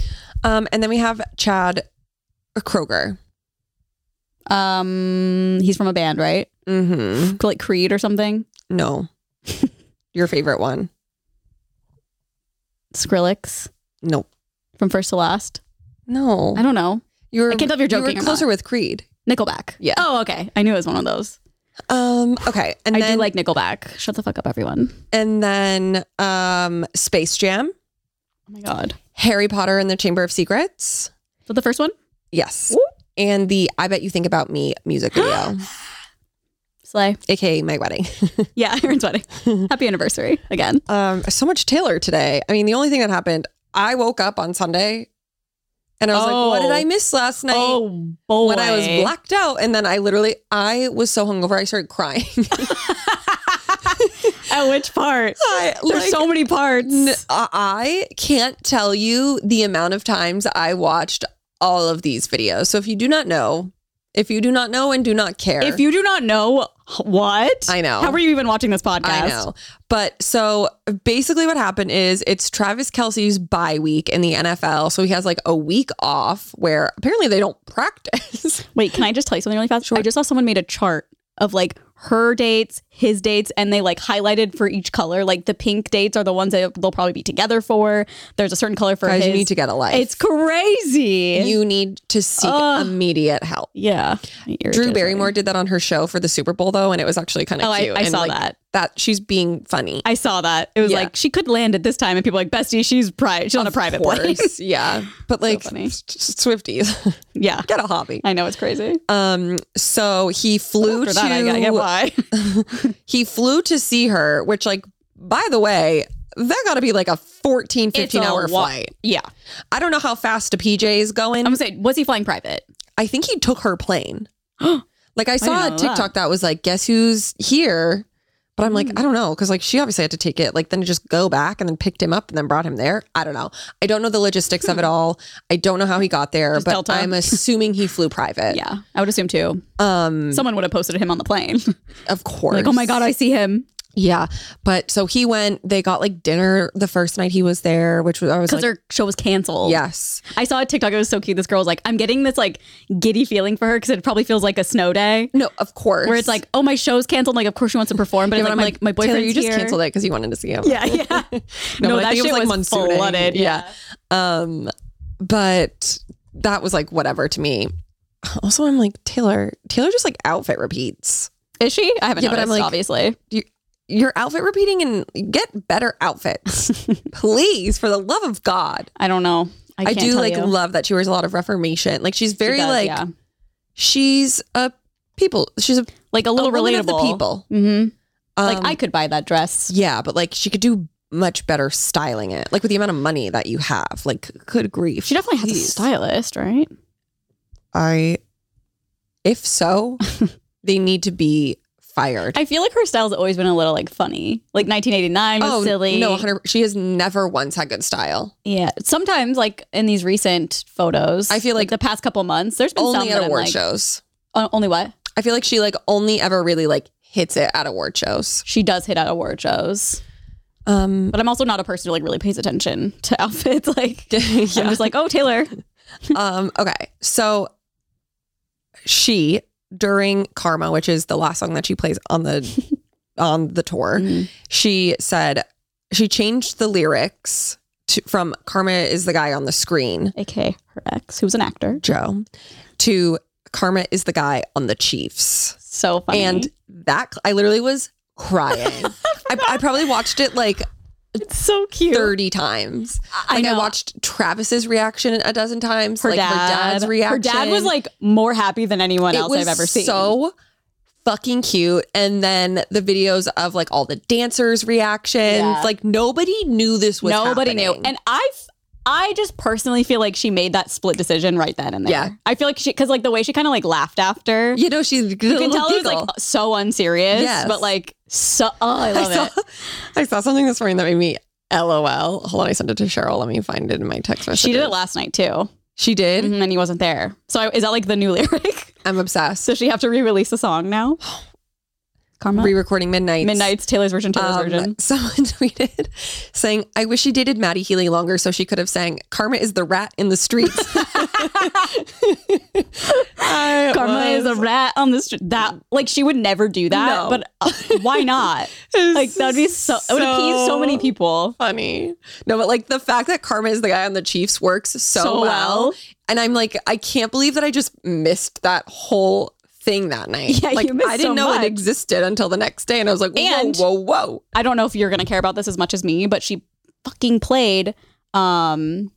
Um, and then we have Chad Kroger.
Um, he's from a band, right?
Mm-hmm.
Like Creed or something.
No, your favorite one.
Skrillex
Nope.
from First to Last.
No.
I don't know.
You were,
I can't tell if you're
you were
joking or
closer
not.
with Creed.
Nickelback.
Yeah.
Oh, okay. I knew it was one of those.
Um. Okay. And
I
then
do like Nickelback. Shut the fuck up, everyone.
and then um Space Jam,
Oh my god.
Harry Potter and the Chamber of Secrets.
So the first one,
Yes. And the I Bet You Think About Me music video,
Slay.
aka my wedding.
Yeah, Aaron's wedding. Happy anniversary again.
Um, so much Taylor today. I mean, the only thing that happened, I woke up on Sunday and I was
Oh.
like, what did I miss last night?
Oh boy.
when I was blacked out. And then I literally, I was so hungover, I started crying.
At which part?
I,
There's so many parts.
N- I can't tell you the amount of times I watched all of these videos. So if you do not know, if you do not know and do not care,
If you do not know what,
I know.
How are you even watching this podcast?
I know. But so basically, what happened is it's Travis Kelsey's bye week in the NFL. So he has like a week off where apparently they don't practice.
Wait, can I just tell you something really fast? I just saw someone made a chart of like her dates, his dates, and they like highlighted for each color. Like the pink dates are the ones that they'll probably be together for. There's a certain color for
Guys, you
his.
need to get a life.
It's crazy.
you need to seek immediate help.
yeah.
Drew Barrymore did that on her show for the Super Bowl though, and it was actually kind of
Oh, I-
cute.
I
and,
saw
like,
that.
That she's being funny.
I saw that. It was
Yeah.
like she could land at this time, and people were like Bestie, she's private. She's on a
Of
private
course,
place.
yeah. But like
funny.
s- s- Swifties,
yeah,
get a hobby.
I know it's crazy.
Um, so he flew
After
to
that, I gotta get why.
he flew to see her, which like by the way, that got to be like a 14
It's
15
a
hour
wa-
flight.
Yeah,
I don't know how fast a PJ is going.
I'm gonna say, was he flying private?
I think he took her plane. like I saw a
know that.
TikTok that. was like, guess who's here? But I'm like,
Hmm.
I don't know, because like she obviously had to take it, like then just go back and then picked him up and then brought him there. I don't know. I don't know the logistics of it all. I don't know how he got there,
Just
but
Delta.
I'm assuming he flew private.
Yeah, I would assume too.
Um,
Someone would have posted him on the plane.
of course.
like, oh my god, I see him
Yeah. But so he went, they got like dinner the first night he was there, which was I was
because
like,
their show was canceled.
Yes.
I saw a TikTok. It was so cute. This girl was like, I'm getting this like giddy feeling for her because it probably feels like a snow day.
No, of course.
Where it's like, oh, my show's canceled. Like, of course she wants to perform, but
Yeah,
it's
but
like, my, my boyfriend's
Taylor, you just
here.
canceled it because you wanted to see him.
Yeah, yeah.
No,
no,
but
that
I think it was
shit
like
was
monsoon.
flooded.
Yeah. Um, but that was like whatever to me. Also, I'm like Taylor. Taylor just like outfit repeats.
Is she? I haven't
Yeah, but
noticed,
I'm like-
obviously.
You're outfit repeating and get better outfits, please, for the love of God.
I don't know. I,
I,
can't
do
tell
like
you.
love that she wears a lot of Reformation. Like she's
She
very
does,
like
yeah.
she's a people. She's a,
like a little
a woman
relatable.
of the people.
hmm
Um,
like I could buy that dress.
yeah, but like she could do much better styling it. Like with the amount of money that you have, like good grief,
She definitely has a
Please.
stylist, right?
I, if so, they need to be fired.
I feel like her style's always been a little like funny. Like 1989 was silly.
Oh, no, 100 she has never once had good style.
yeah. Sometimes like in these recent photos,
I feel like
the past couple months, there's been some
Only
that
at
I'm
award
like,
shows.
Uh, only what
I feel like she like only ever really like hits it at award shows.
she does hit at award shows.
Um,
But I'm also not a person who like really pays attention to outfits. Like I'm
yeah.
just like, oh Taylor,
um, okay, so she during Karma, which is the last song that she plays on the on the tour,
Mm-hmm.
she said she changed the lyrics to, from Karma is the guy on the screen
aka her ex, who's an actor.
Joe to Karma is the guy on the Chiefs.
So funny.
And that, I literally was crying. I, I probably watched it like
it's so cute.
30 times.
I
Like I,
know.
watched Travis's reaction a dozen times, like her dad's reaction.
Her dad was like more happy than anyone
it
else
was
I've ever seen.
so fucking cute. And then the videos of like all the dancers' reactions.
Yeah.
Like nobody knew this was
nobody knew.
happening.
And I've I just personally feel like she made that split decision right then and there.
Yeah.
I feel like she because like the way she kind of like laughed after.
you know, she you
You can tell it was like so unserious,
Yes.
but like so. Oh, I love
saw,
it.
I saw something this morning that made me LOL. Hold on, I sent it to Cheryl. Let me find it in my text message.
She did it last night too,
She did.
Mhm, and he wasn't there. So I, is that like the new lyric?
I'm obsessed.
Does she have to re-release the song now? Karma.
Re-recording Midnight.
Midnight's Taylor's version. Taylor's version.
Um, someone tweeted saying, "I wish she dated Maddie Healy longer so she could have sang Karma is the rat in the streets." I
Karma is a
was-
rat on the street. That like she would never do that,
No.
but uh, why not?
It's
like that'd be so. It would appease so many people.
funny. No, but like the fact that Karma is the guy on the Chiefs works so, well.
So well.
And I'm like, I can't believe that I just missed that whole thing that night.
Yeah,
like
you missed
I didn't
so
know
much.
it existed until the next day. And I was like, whoa,
And-
whoa, whoa.
I don't know if you're gonna care about this as much as me, but she fucking played um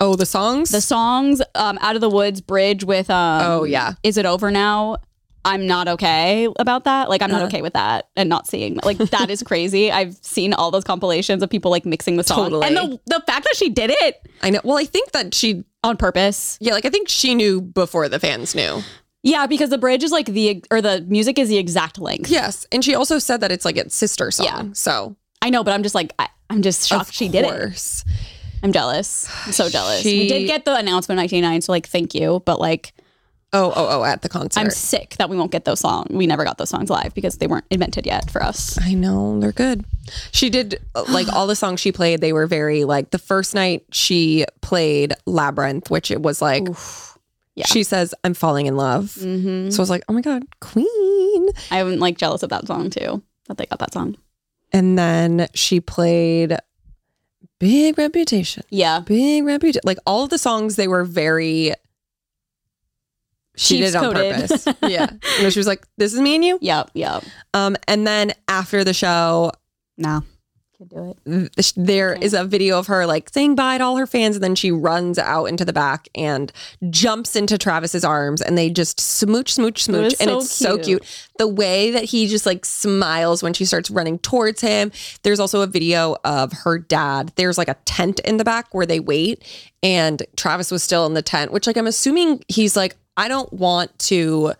Oh, the songs?
the songs um out of the woods bridge with um
Oh, yeah.
is it over now i'm not okay about that like i'm
Uh-huh.
not okay with that and not seeing that. like that is crazy i've seen all those compilations of people like mixing the song
Totally.
and the, the fact that she did it
I know. Well, I think that she
on purpose
yeah, like I think she knew before the fans knew.
Yeah, because the bridge is like the or the music is the exact length.
Yes. And she also said that it's like its sister song.
Yeah.
So
I know, but I'm just like I, I'm just shocked
of
she did it.
course.
I'm jealous. I'm so jealous. we
She-
did get the announcement in 1999, so like thank you, but like
Oh, oh, oh, at the concert.
I'm sick that we won't get those songs. We never got those songs live because they weren't invented yet for us.
I know they're good. She did uh, like all the songs she played. They were very like the first night she played Labyrinth, which it was like
Yeah.
She says, I'm falling in love.
Mm-hmm.
So I was like, oh my God, Queen.
I'm like jealous of that song too. That they got that song.
And then she played Big Reputation.
Yeah.
Big Reputation. Like all of the songs, they were very. She did it on
Chiefs-coded.
purpose. yeah. You know, she was like, this is me and you.
Yep. Yep.
Um, and then after the show,
No. Could do it.
th- sh- there
Okay.
is a video of her like saying bye to all her fans and then she runs out into the back and jumps into Travis's arms and they just smooch smooch smooch
was
and
so
it's so
cute.
cute the way that he just like smiles when she starts running towards him there's also a video of her dad there's like a tent in the back where they wait and Travis was still in the tent which like I'm assuming he's like I don't want to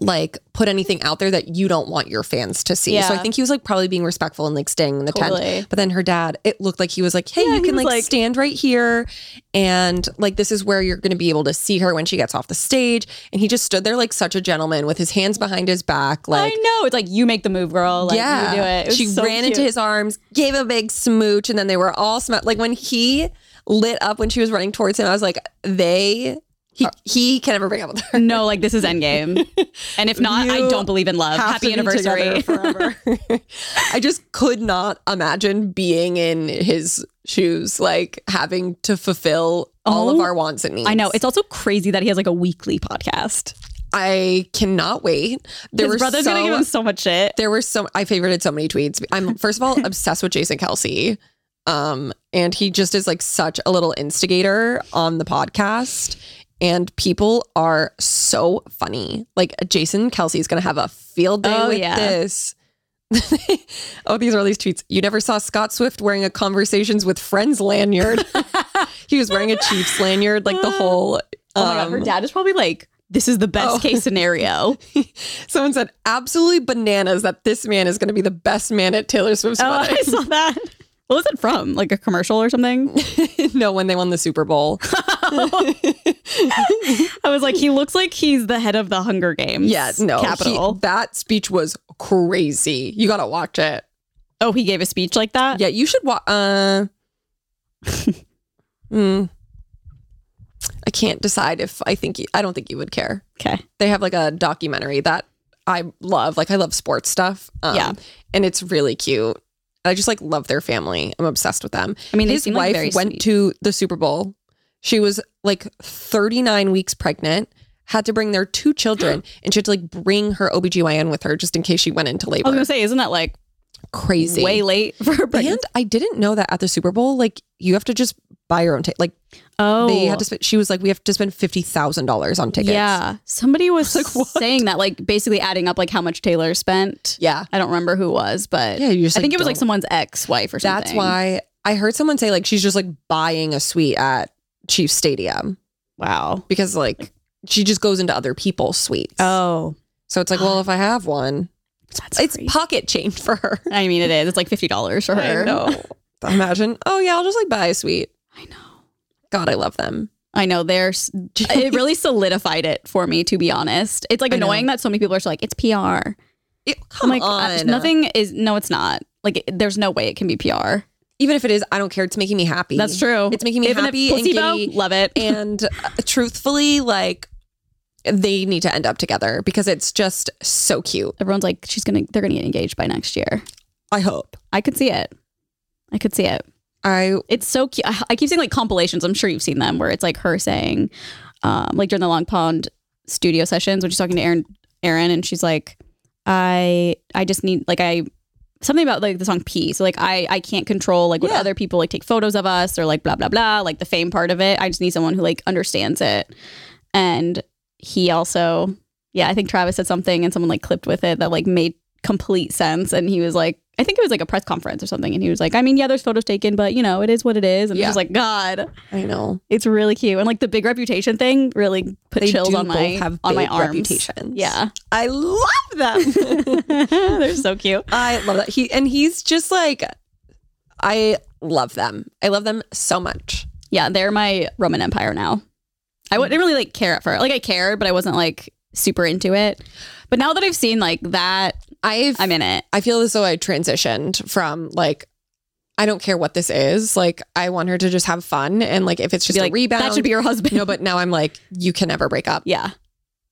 like put anything out there that you don't want your fans to see. So I
Yeah.
think he was like probably being respectful and like staying in the
Totally.
tent. But then her dad, it looked like he was like, "Hey,
Yeah,
you
he
can
was
like,
like-
stand right here, and like this is where you're going to be able to see her when she gets off the stage." And he just stood there like such a gentleman with his hands behind his back, like.
I know. It's like you make the move, girl. Like,
yeah,
You do it. It was
she
so
ran into
cute.
his arms, gave a big smooch, and then they were all sm- like when he lit up when she was running towards him. I was like, they, he,
Uh,
he can never break up with her.
No, like this is Endgame. and if not, I
You
don't believe in love.
have to
Happy
be
anniversary.
together forever. I just could not imagine being in his shoes, like having to fulfill all of
Oh,
our wants and needs.
I know. It's also crazy that he has like a weekly podcast.
I cannot wait. There
His
were
brother's
so,
gonna give him so much shit.
there were so I favorited so many tweets. I'm first of all obsessed with Jason Kelsey. Um, and he just is like such a little instigator on the podcast. And people are so funny. Like Jason Kelsey's gonna have a field day
Oh,
with
yeah.
this. oh, these are all these tweets. You never saw Scott Swift wearing a conversations with friends lanyard. he was wearing a Chiefs lanyard, like the whole
oh my god, her
um,
dad is probably like, this is the best
Oh.
case scenario.
Someone said absolutely bananas that this man is going to be the best man at Taylor Swift's
oh,
wedding.
I saw that. What was it from? Like a commercial or something?
no, when they won the Super Bowl.
I was like, he looks like he's the head of the Hunger Games.
yeah, no, he-
Capital.
that speech was crazy. You gotta watch it.
oh, he gave a speech like that?
Yeah, you should watch. Uh, mm. I can't decide if I think you, I don't think you would care.
Okay.
They have like a documentary that I love. Like I love sports stuff. Um,
Yeah.
and it's really cute. I just like love their family. I'm obsessed with them.
I mean, they
his
seem, like,
wife
very
went
sweet.
to the Super Bowl. She was like 39 weeks pregnant, had to bring their two children, and she had to like bring her OBGYN with her just in case she went into
I was
labor.
gonna say, isn't that like
Crazy.
way late for a
and
pregnancy?
I didn't know that at the Super Bowl, like you have to just buy your own ticket. Like
Oh,
they had to spend, she was like, we have to spend $50,000 on tickets.
Yeah. Somebody was saying that, like basically adding up like how much Taylor spent.
Yeah.
I don't remember who it was, but
Yeah, you just,
I think
like,
it was like
don't-
someone's ex wife or something.
That's why I heard someone say like she's just like buying a suite at Chiefs Stadium
Wow.
because like she just goes into other people's suites.
Oh,
So it's like, well, if I have one,
that's
it's
crazy.
pocket change for her.
I mean, it is. It's like fifty dollars for her.
I know. Imagine, oh yeah, I'll just like buy a suite.
I know.
God, I love them.
I know. There's. It really solidified it for me, to be honest. It's like
I know.
annoying that so many people are so like, it's PR.
It-
I'm
come
like, uh,
on,
nothing is. No, it's not. Like, it- there's no way it can be PR.
Even if it is, I don't care. It's making me happy.
That's true.
It's making me
Even if
happy and
placebo,
giddy.
love it.
and uh, truthfully, like they need to end up together because it's just so cute.
Everyone's like, she's gonna. They're gonna get engaged by next year.
I hope.
I could see it. I could see it.
I
It's so cute. I, I keep seeing like compilations. I'm sure you've seen them where it's like her saying, um, like during the Long Pond studio sessions when she's talking to Aaron, Aaron, and she's like, I, I just need like I something about like the song P. So like I, I can't control like what
Yeah.
other people like take photos of us or like blah blah blah like the fame part of it. I just need someone who like understands it. And he also, yeah, I think Travis said something and someone like clipped with it that like made complete sense. And he was like, I think it was like a press conference or something. And he was like, I mean, yeah, there's photos taken, but you know, it is what it is. And I
Yeah.
was just like, God,
I know.
it's really cute. And like the big reputation thing really put
They
chills
do
on my
both have
on my
big
arms.
reputations.
Yeah,
I love them.
they're so cute.
I love that. He and he's just like I love them. I love them so much.
Yeah, they're my Roman Empire now. I wouldn't really like care at first. Like I cared, but I wasn't like super into it. But now that I've seen like that,
I've
I'm in it.
I feel as though I transitioned from like I don't care what this is. Like, I want her to just have fun. And like, if it's just
be
a
like,
rebound,
that should be your husband.
No, but now I'm like, you can never break up.
yeah,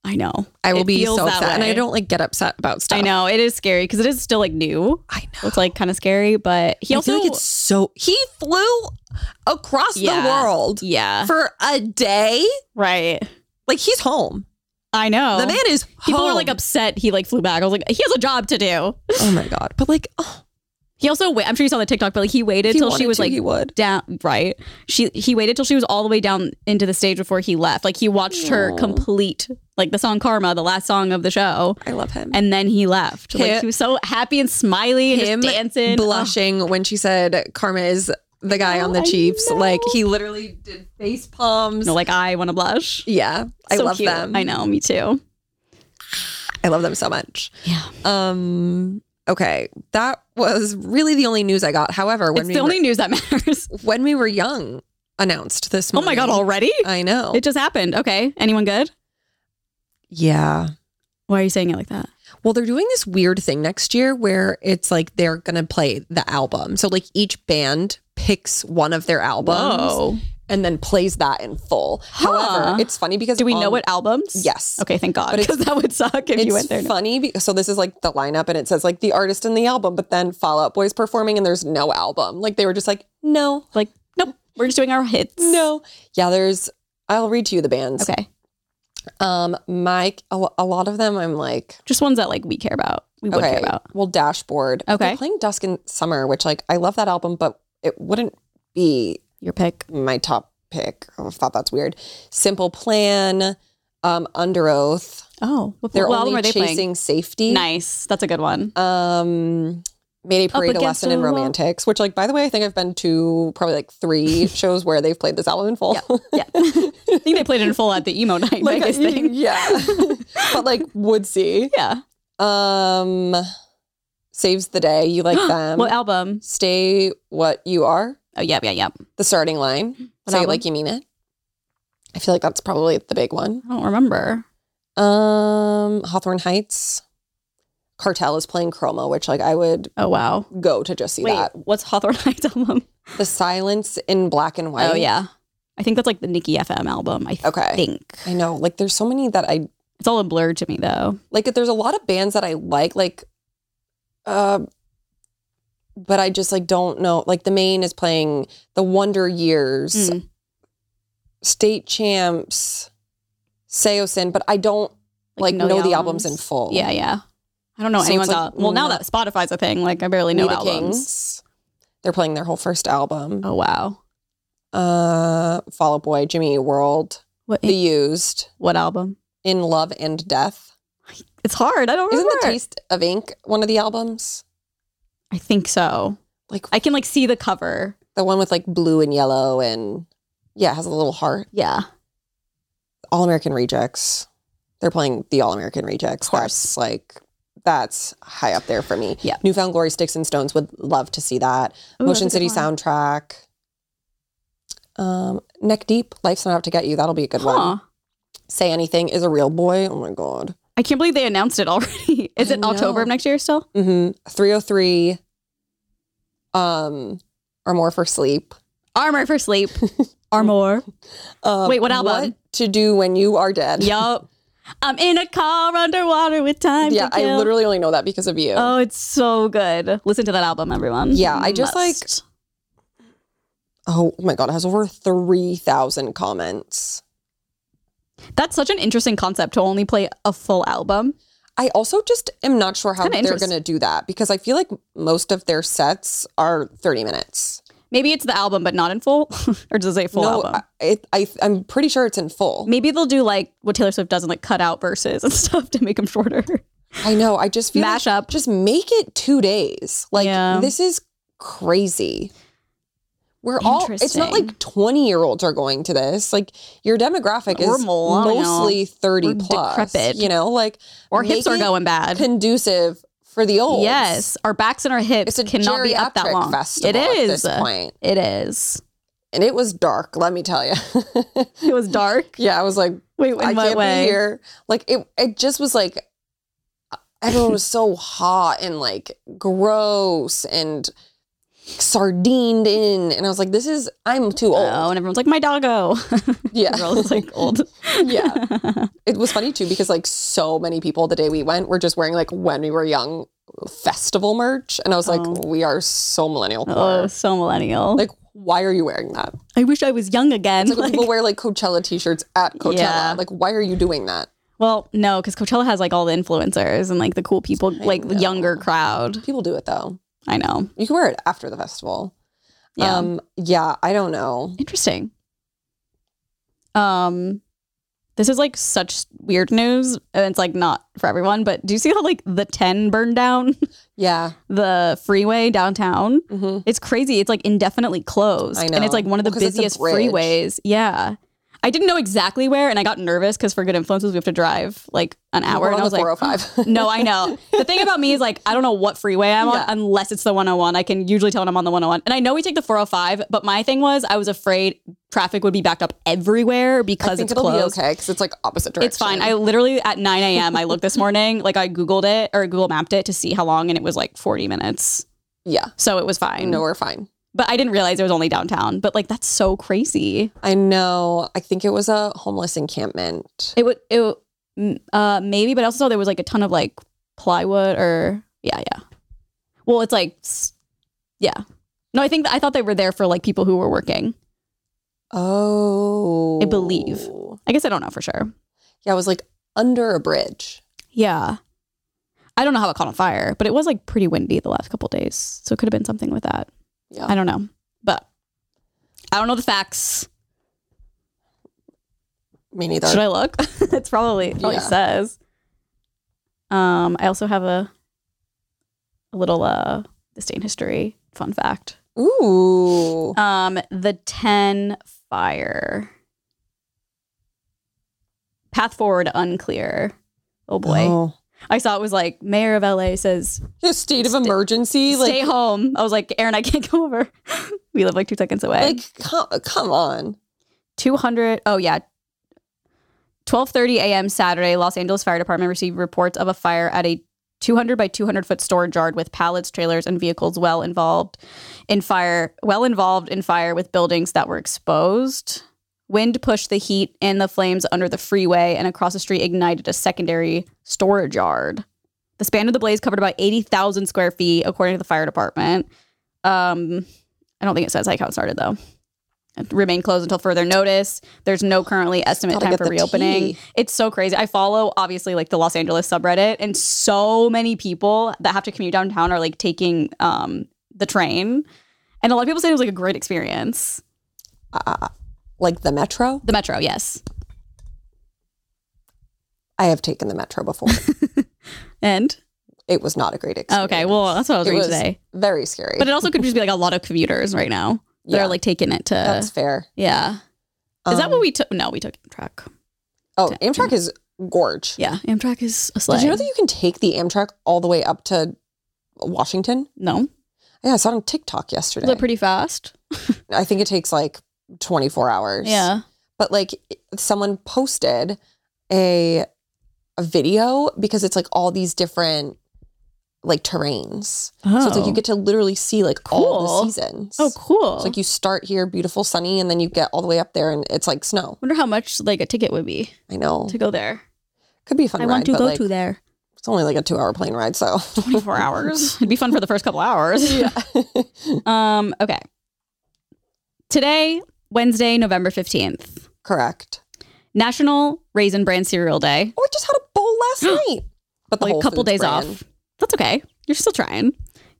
I know.
I will
It
be
feels
so
that
upset. And I
way.
don't like get upset about stuff.
I know it is scary because it is still like new.
I know.
It's like kind of scary, but he
I
also
feel like it's so. He flew across
Yeah.
the world
yeah
for a day.
right.
Like, he's home.
I know
The man is
Oh. People were
home.
like upset he like flew back. I was like, he has a job to do.
Oh my God. But like, oh,
He also, wait, I'm sure you saw the TikTok, but like he waited
He
till she
wanted
was
to,
like
he would.
down, right? She he waited till she was all the way down into the stage before he left. Like he watched her complete like the song Karma, the last song of the show,
I love him.
and then he left.
Him-
like he was so happy and smiley and
him
just dancing,
blushing when she said Karma is the guy on the
I
Chiefs.
know.
Like he literally did face palms.
You know, like I want to blush.
yeah, I
So
love
cute.
them.
I know, me too.
I love them so much.
Yeah,
Um. Okay, that was really the only news I got. However, when
it's
we
the
were,
only news that matters.
when we were young, announced this.
oh my
morning.
god, already?
I know.
It just happened. Okay, anyone good?
yeah.
Why are you saying it like that?
Well, they're doing this weird thing next year where it's like they're gonna play the album. So like each band picks one of their albums.
Whoa.
and then plays that in full.
Huh.
However, it's funny because
Do we know
on-
what albums?
Yes.
Okay, thank God,
But it's-
because that would suck if
It's
you went there.
funny. Because, so this is like the lineup, and it says like the artist and the album, but then Fall Out Boys performing, and there's no album. Like they were just like, no,
like, nope, we're just doing our hits.
no. Yeah, there's. I'll read to you the bands.
Okay.
Um, Mike. A, lo- a lot of them, I'm like,
Just ones that like we care about. We would care
okay.
about.
Well, Dashboard. But they're
Okay.
playing Dusk in Summer, which like I love that album, but it wouldn't be
Your pick.
my top pick. Oh, I thought that's weird. Simple Plan. Um, Under Oath.
Oh. What
They're
what album
only
are they
chasing
playing?
safety.
Nice. That's a good one.
Um, Mayday Parade, a
against
lesson in
the wall.
romantics. Which, like, by the way, I think I've been to probably like three shows where they've played this album in full.
Yeah. I think they played it in full at the emo night
like, uh,
Vegas thing.
yeah. but like, would see.
Yeah.
Um, saves the day. You like them?
what album?
Stay what you are.
Oh yeah, yeah, yeah.
The starting line.
What
Say it
album?
like you mean it. I feel like that's probably the big one.
I don't remember.
Um, Hawthorne Heights. Cartel is playing Chroma, which like I would
Oh wow.
go to just see
Wait,
that.
what's Hawthorne Heights album?
The Silence in Black and White.
Oh yeah. I think that's like the Nikki FM album. I
Okay.
think.
I know. Like there's so many that I
It's all a blur to me though.
like there's a lot of bands that I like like uh but I just like don't know. Like the main is playing The Wonder Years,
Mm.
State Champs, Seosin, but I don't like, know the albums in full.
Yeah, yeah. I don't know
So it's
anyone's
like
al- Well, now
not-
that Spotify's a thing, like I barely know
We the
albums.
Kings. They're playing their whole first album.
Oh wow. Oh.
Uh Fall Out Boy, Jimmy Eat World,
What
The Used,
what album?
In Love and Death.
It's hard. I don't
Isn't
remember.
the Taste of Ink one of the albums?
I think so.
Like
I can like see the cover.
the one with like blue and yellow and yeah, it has a little heart.
Yeah.
All American Rejects. They're playing the All American Rejects. That's like that's high up there for me.
Yeah.
Newfound Glory Sticks and Stones would love to see that.
Ooh,
Motion
that's a
City
good one.
soundtrack. Um, Neck Deep, Life's Not Out to Get You. That'll be a good
Huh.
one. Say Anything is a real boy. Oh my god.
I can't believe they announced it already. Is
I
it October
know.
of next year still?
Mm-hmm. 303. Um, or more for sleep.
Armor for sleep. Armor.
Uh,
Wait, what album?
to do when you are dead?
yup. I'm in a car underwater with time.
yeah,
to
I
kill.
literally only know that because of you.
Oh, it's so good. Listen to that album, everyone.
Yeah, I just,
Must.
oh my god, it has over three thousand comments.
That's such an interesting concept to only play a full album.
I also just am not sure how
Kinda
they're
interest-
going to do that because I feel like most of their sets are thirty minutes.
Maybe it's the album, but not in full, or does it say full
no,
album?
I, it, I I'm pretty sure it's in full.
Maybe they'll do like what Taylor Swift does and like cut out verses and stuff to make them shorter.
I know. I just feel
Mash
like
up.
Just make it two days. Like
Yeah.
this is crazy. We're all. It's not
Interesting.
like twenty year olds are going to this. Like your demographic
We're
is
millennial.
mostly 30
We're
plus.
decrepit.
You know, like
Or
make
hips are
it
going bad.
Conducive for the old.
Yes, our backs and our
It's
hips
a
cannot be up that
geriatric
long.
festival
it
at
is.
this point.
It is.
and it was dark. Let me tell you.
It was dark.
yeah, I was like,
Wait, in
I
what
can't
way?
be here. Like it, it just was like everyone was so hot and like gross and sardined in. And I was like, this is, I'm too old.
Oh, and everyone's like, my doggo.
Yeah.
Girl is Oh. like old.
yeah. It was funny too because like so many people the day we went were just wearing like when we were young festival merch. And I was like, we are so millennial poor.
Oh, so millennial.
Like, why are you wearing that?
I wish I was young again.
It's like, when
Like-
people wear like Coachella t shirts at Coachella.
Yeah.
Like, why are you doing that?
well, no, because Coachella has like all the influencers and like the cool people, like the younger crowd.
People do it though.
I know.
You can wear it after the festival.
Yeah.
Um, yeah, I don't know.
Interesting. Um, this is like such weird news, and it's like not for everyone. But do you see how like the ten burned down
Yeah.
the freeway downtown?
hmm
It's crazy. It's like indefinitely closed.
I
And
know.
it's like one of the
Well, 'cause it's a
busiest
bridge.
freeways. Yeah. I didn't know exactly where, and I got nervous because for good influences, we have to drive like an hour.
We're
and
on
I was
the
like, "Mm,
405.
no, I know. The thing about me is like, I don't know what freeway I'm
Yeah.
on unless it's the 101. I can usually tell when I'm on the 101. And I know we take the 405, but my thing was I was afraid traffic would be backed up everywhere
I
because
think
it's
it'll
closed.
be okay because it's like opposite direction.
It's fine. I literally at 9 a.m. I looked this morning, like I Googled it or Google mapped it to see how long, and it was like 40 minutes.
yeah.
So it was
I
fine.
know we're fine.
But I didn't realize it was only downtown. But like that's so crazy.
I know. I think it was a homeless encampment.
It would it would- m- uh maybe, but I also saw there was like a ton of like plywood or yeah, yeah. Well, it's like s- yeah. No, I think I thought they were there for like people who were working.
Oh.
I believe. I guess I don't know for sure.
Yeah, it was like under a bridge.
Yeah. I don't know how it caught on fire, but it was like pretty windy the last couple days. So it could have been something with that.
Yeah.
I don't know. But I don't know the facts.
Me neither.
Should I look? it's probably it probably
Yeah.
says. Um, I also have a a little uh this day in history fun fact.
Ooh.
Um, the ten fire. Path forward unclear. Oh boy.
Oh.
I saw it was like mayor of LA says
The state of emergency.
stay
like,
home. I was like, Aaron, I can't come over. we live like two seconds away.
like come, come on.
200 oh yeah 12:30 a.m. Saturday Los Angeles Fire Department received reports of a fire at a 200 by 200 foot storage yard with pallets trailers and vehicles well involved in fire well involved in fire with buildings that were exposed wind pushed the heat and the flames under the freeway and across the street ignited a secondary storage yard the span of the blaze covered about 80,000 square feet according to the fire department um I don't think it says like how it started though remain closed until further notice. There's no currently estimate
Gotta
time
get
for
the
reopening.
tea.
It's so crazy. I follow obviously like the Los Angeles subreddit, and so many people that have to commute downtown are like taking um the train. And a lot of people say it was like a great experience.
Like the metro.
The metro, yes.
I have taken the metro before.
And
it was not a great
oh,
experience.
okay, well, that's what I was
It
reading
was
today.
very scary.
But it also could just be like a lot of commuters right now that
Yeah.
are like taking it to
That's fair.
yeah. uh, Is that
Um,
what we took? No, we took Amtrak.
Oh, Amtrak is gorge.
Yeah, Amtrak is a sled.
Did you know that you can take the Amtrak all the way up to Washington?
no,
Yeah, I saw it on TikTok yesterday.
is it pretty fast?
I think it takes like 24 hours.
Yeah.
but like someone posted a a video because it's like all these different like terrains. So it's like you
Oh.
get to literally see like all
Cool.
the seasons.
Oh, cool.
It's like you start here beautiful sunny and then you get all the way up there and it's like snow.
Wonder how much like a ticket would be
I know.
to go there.
Could be a fun
I
ride.
want to
but,
go
like,
to there.
It's only like a 2-hour plane ride, so.
24 hours. It'd be fun for the first couple hours. Yeah. um, okay. Today, Wednesday, November 15th,
Correct.
National Raisin Bran Cereal Day.
Oh, I just had a bowl last night. But the
like
Whole
a couple
Foods
days
brand.
off. That's okay. You're still trying.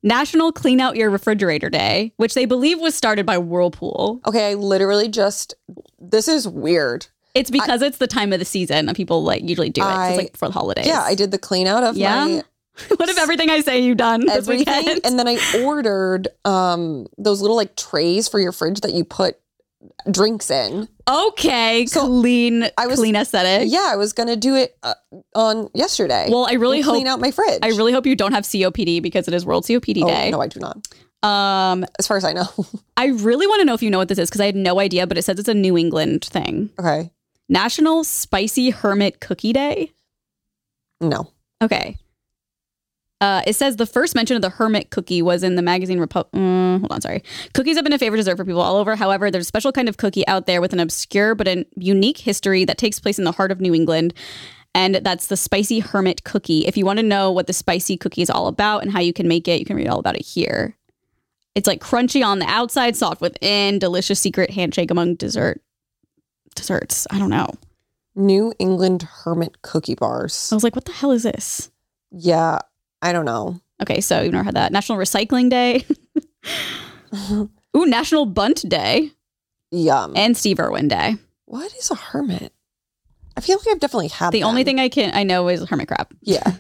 National Clean Out Your Refrigerator Day, which they believe was started by Whirlpool.
Okay, I literally just this is weird.
It's because it's the time of the season that people like usually do it. 'cause
I-
it's like for the holidays.
Yeah, I did the clean out of
Yeah?
my
what if everything I say you've done this
everything
weekend?
and then i ordered um those little like trays for your fridge that you put drinks in
Okay, clean,
I was-
clean aesthetic.
yeah i was gonna do it uh, on yesterday
Well, I really
And
hope
clean out my fridge
I really hope you don't have COPD because it is World COPD
oh,
Day.
no i do not
Um,
as far as i know
I really want to know if you know what this is because I had no idea, but it says it's a New England thing.
okay
National Spicy Hermit Cookie Day.
no
Okay. Uh, it says the first mention of the hermit cookie was in the magazine Republic. hold on, sorry. Cookies have been a favorite dessert for people all over. However, there's a special kind of cookie out there with an obscure but a unique history that takes place in the heart of New England. And that's the spicy hermit cookie. If you want to know what the spicy cookie is all about and how you can make it, you can read all about it here. It's like crunchy on the outside, soft within, delicious secret handshake among dessert desserts. I don't know.
New England Hermit Cookie Bars.
I was like, what the hell is this?
Yeah, I don't know.
Okay, so you've never had that. National Recycling Day. Ooh, National Bunt Day
Yum.
and Steve Irwin Day.
what is a hermit? I feel like I've definitely had
The only
them.
thing I can I know is hermit crab.
Yeah,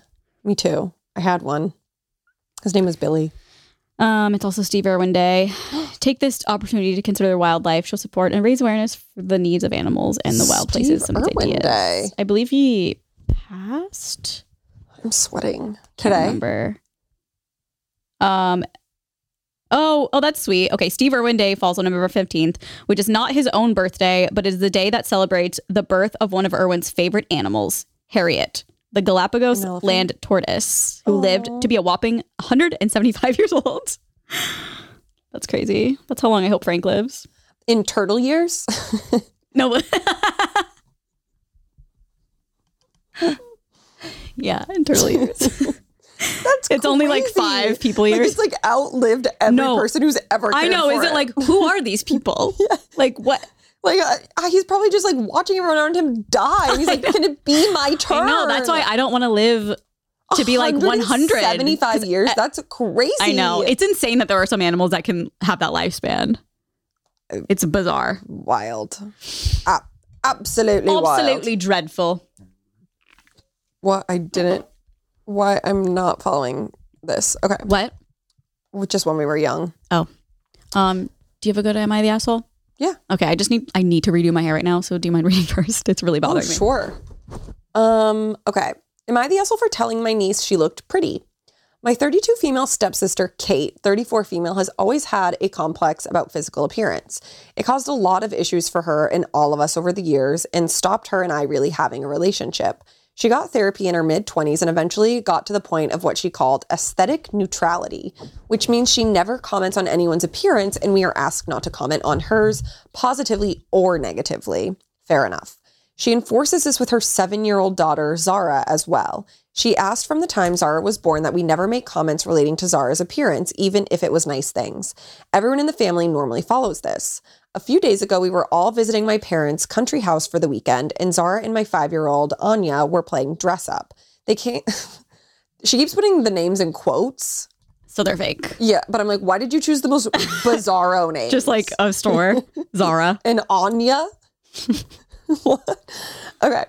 me too. I had one. His name was Billy.
Um, it's also Steve Irwin Day. Take this opportunity to consider wildlife. She'll support and raise awareness for the needs of animals and the wild
Steve
places. Some of his
Irwin
ideas.
Day.
I believe he passed.
I'm sweating
Can't
today.
remember. Um. Oh, oh, that's sweet. Okay, Steve Irwin Day falls on November fifteenth, which is not his own birthday, but is the day that celebrates the birth of one of Irwin's favorite animals, Harriet, the Galapagos
An elephant?
land tortoise, who lived to be a whopping one hundred and seventy-five years old. That's crazy. That's how long I hope Frank lives.
In turtle years,
No. yeah, in turtle years.
that's
It's only, like,
crazy.
five people
Like,
years.
it's like outlived every
No.
person who's ever.
I
cared
know. Is
for
it like who are these people? Like what?
like uh, uh, he's probably just like watching everyone around him die? He's like, can it be my turn?
I know. That's why I don't want to live to be like 100.
seventy-five years. That's crazy.
I know. It's insane that there are some animals that can have that lifespan.
Uh,
It's bizarre.
wild. Ab- absolutely, wild.
Absolutely dreadful.
What I didn't. Why I'm not following this. Okay,
What?
With just when we were young.
Um, do you have a good Am I the Asshole?
Yeah.
Okay, I just need I need to redo my hair right now, so do you mind reading first? It's really bothering
oh,
me.
sure. Um, okay. Am I the asshole for telling my niece she looked pretty? My 32 female stepsister, Kate, 34 female, has always had a complex about physical appearance. It caused a lot of issues for her and all of us over the years and stopped her and I really having a relationship. She got therapy in her mid 20s and eventually got to the point of what she called aesthetic neutrality, which means she never comments on anyone's appearance and we are asked not to comment on hers positively or negatively. Fair enough. She enforces this with her seven year old daughter, Zara, as well. She asked from the time Zara was born that we never make comments relating to Zara's appearance, even if it was nice things. Everyone in the family normally follows this. A few days ago, we were all visiting my parents' country house for the weekend, and Zara and my five year old, Anya, were playing dress up. They can't. she keeps putting the names in quotes.
So they're fake.
Yeah, but I'm like, why did you choose the most bizarro name?
Just like a store, Zara.
and Anya. what? Okay.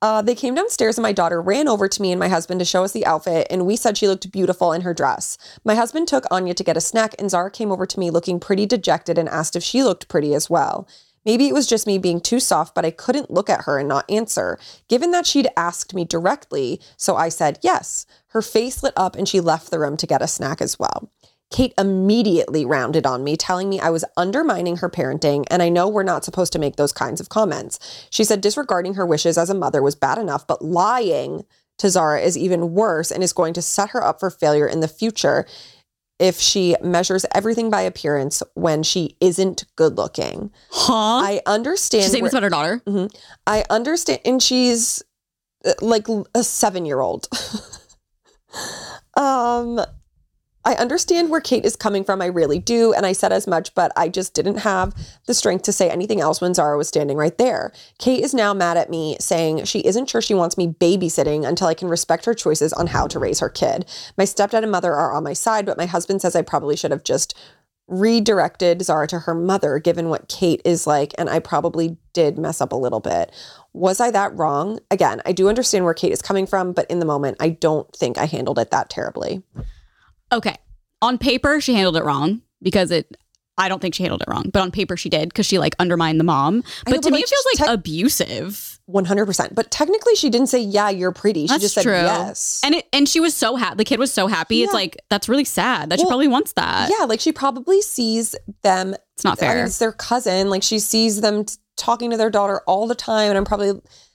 Uh, they came downstairs and my daughter ran over to me and my husband to show us the outfit, and we said she looked beautiful in her dress. My husband took Anya to get a snack, and Zara came over to me looking pretty dejected and asked if she looked pretty as well. Maybe it was just me being too soft, but I couldn't look at her and not answer. Given that she'd asked me directly, so I said yes. Her face lit up and she left the room to get a snack as well. Kate immediately rounded on me, telling me I was undermining her parenting, and I know we're not supposed to make those kinds of comments. She said disregarding her wishes as a mother was bad enough, but lying to Zara is even worse and is going to set her up for failure in the future if she measures everything by appearance when she isn't good looking.
Huh?
I understand.
She's saying
where-
this about her daughter.
Mm-hmm. I understand, and she's uh, like l- a seven-year-old. um, I understand where Kate is coming from. I really do, and I said as much, but I just didn't have the strength to say anything else when Zara was standing right there. Kate is now mad at me, saying she isn't sure she wants me babysitting until I can respect her choices on how to raise her kid. My stepdad and mother are on my side, but my husband says I probably should have just redirected Zara to her mother, given what Kate is like, and I probably did mess up a little bit. Was I that wrong? Again, I do understand where Kate is coming from, but in the moment, I don't think I handled it that terribly.
Okay. On paper, she handled it wrong because it. I don't think she handled it wrong, but on paper she did because she like undermined the mom.
I
But
know,
to
but,
me,
like,
it feels like
tech-
abusive.
100%. But technically, she didn't say, Yeah, you're pretty. She
That's
just said,
true.
Yes.
And it and she was so happy. The kid was so happy. It's
Yeah.
like that's really sad that she
Well,
probably wants that.
yeah, like she probably sees them.
It's not
I mean,
uh, fair.
it's their cousin. Like she sees them t- talking to their daughter all the time. And I'm probably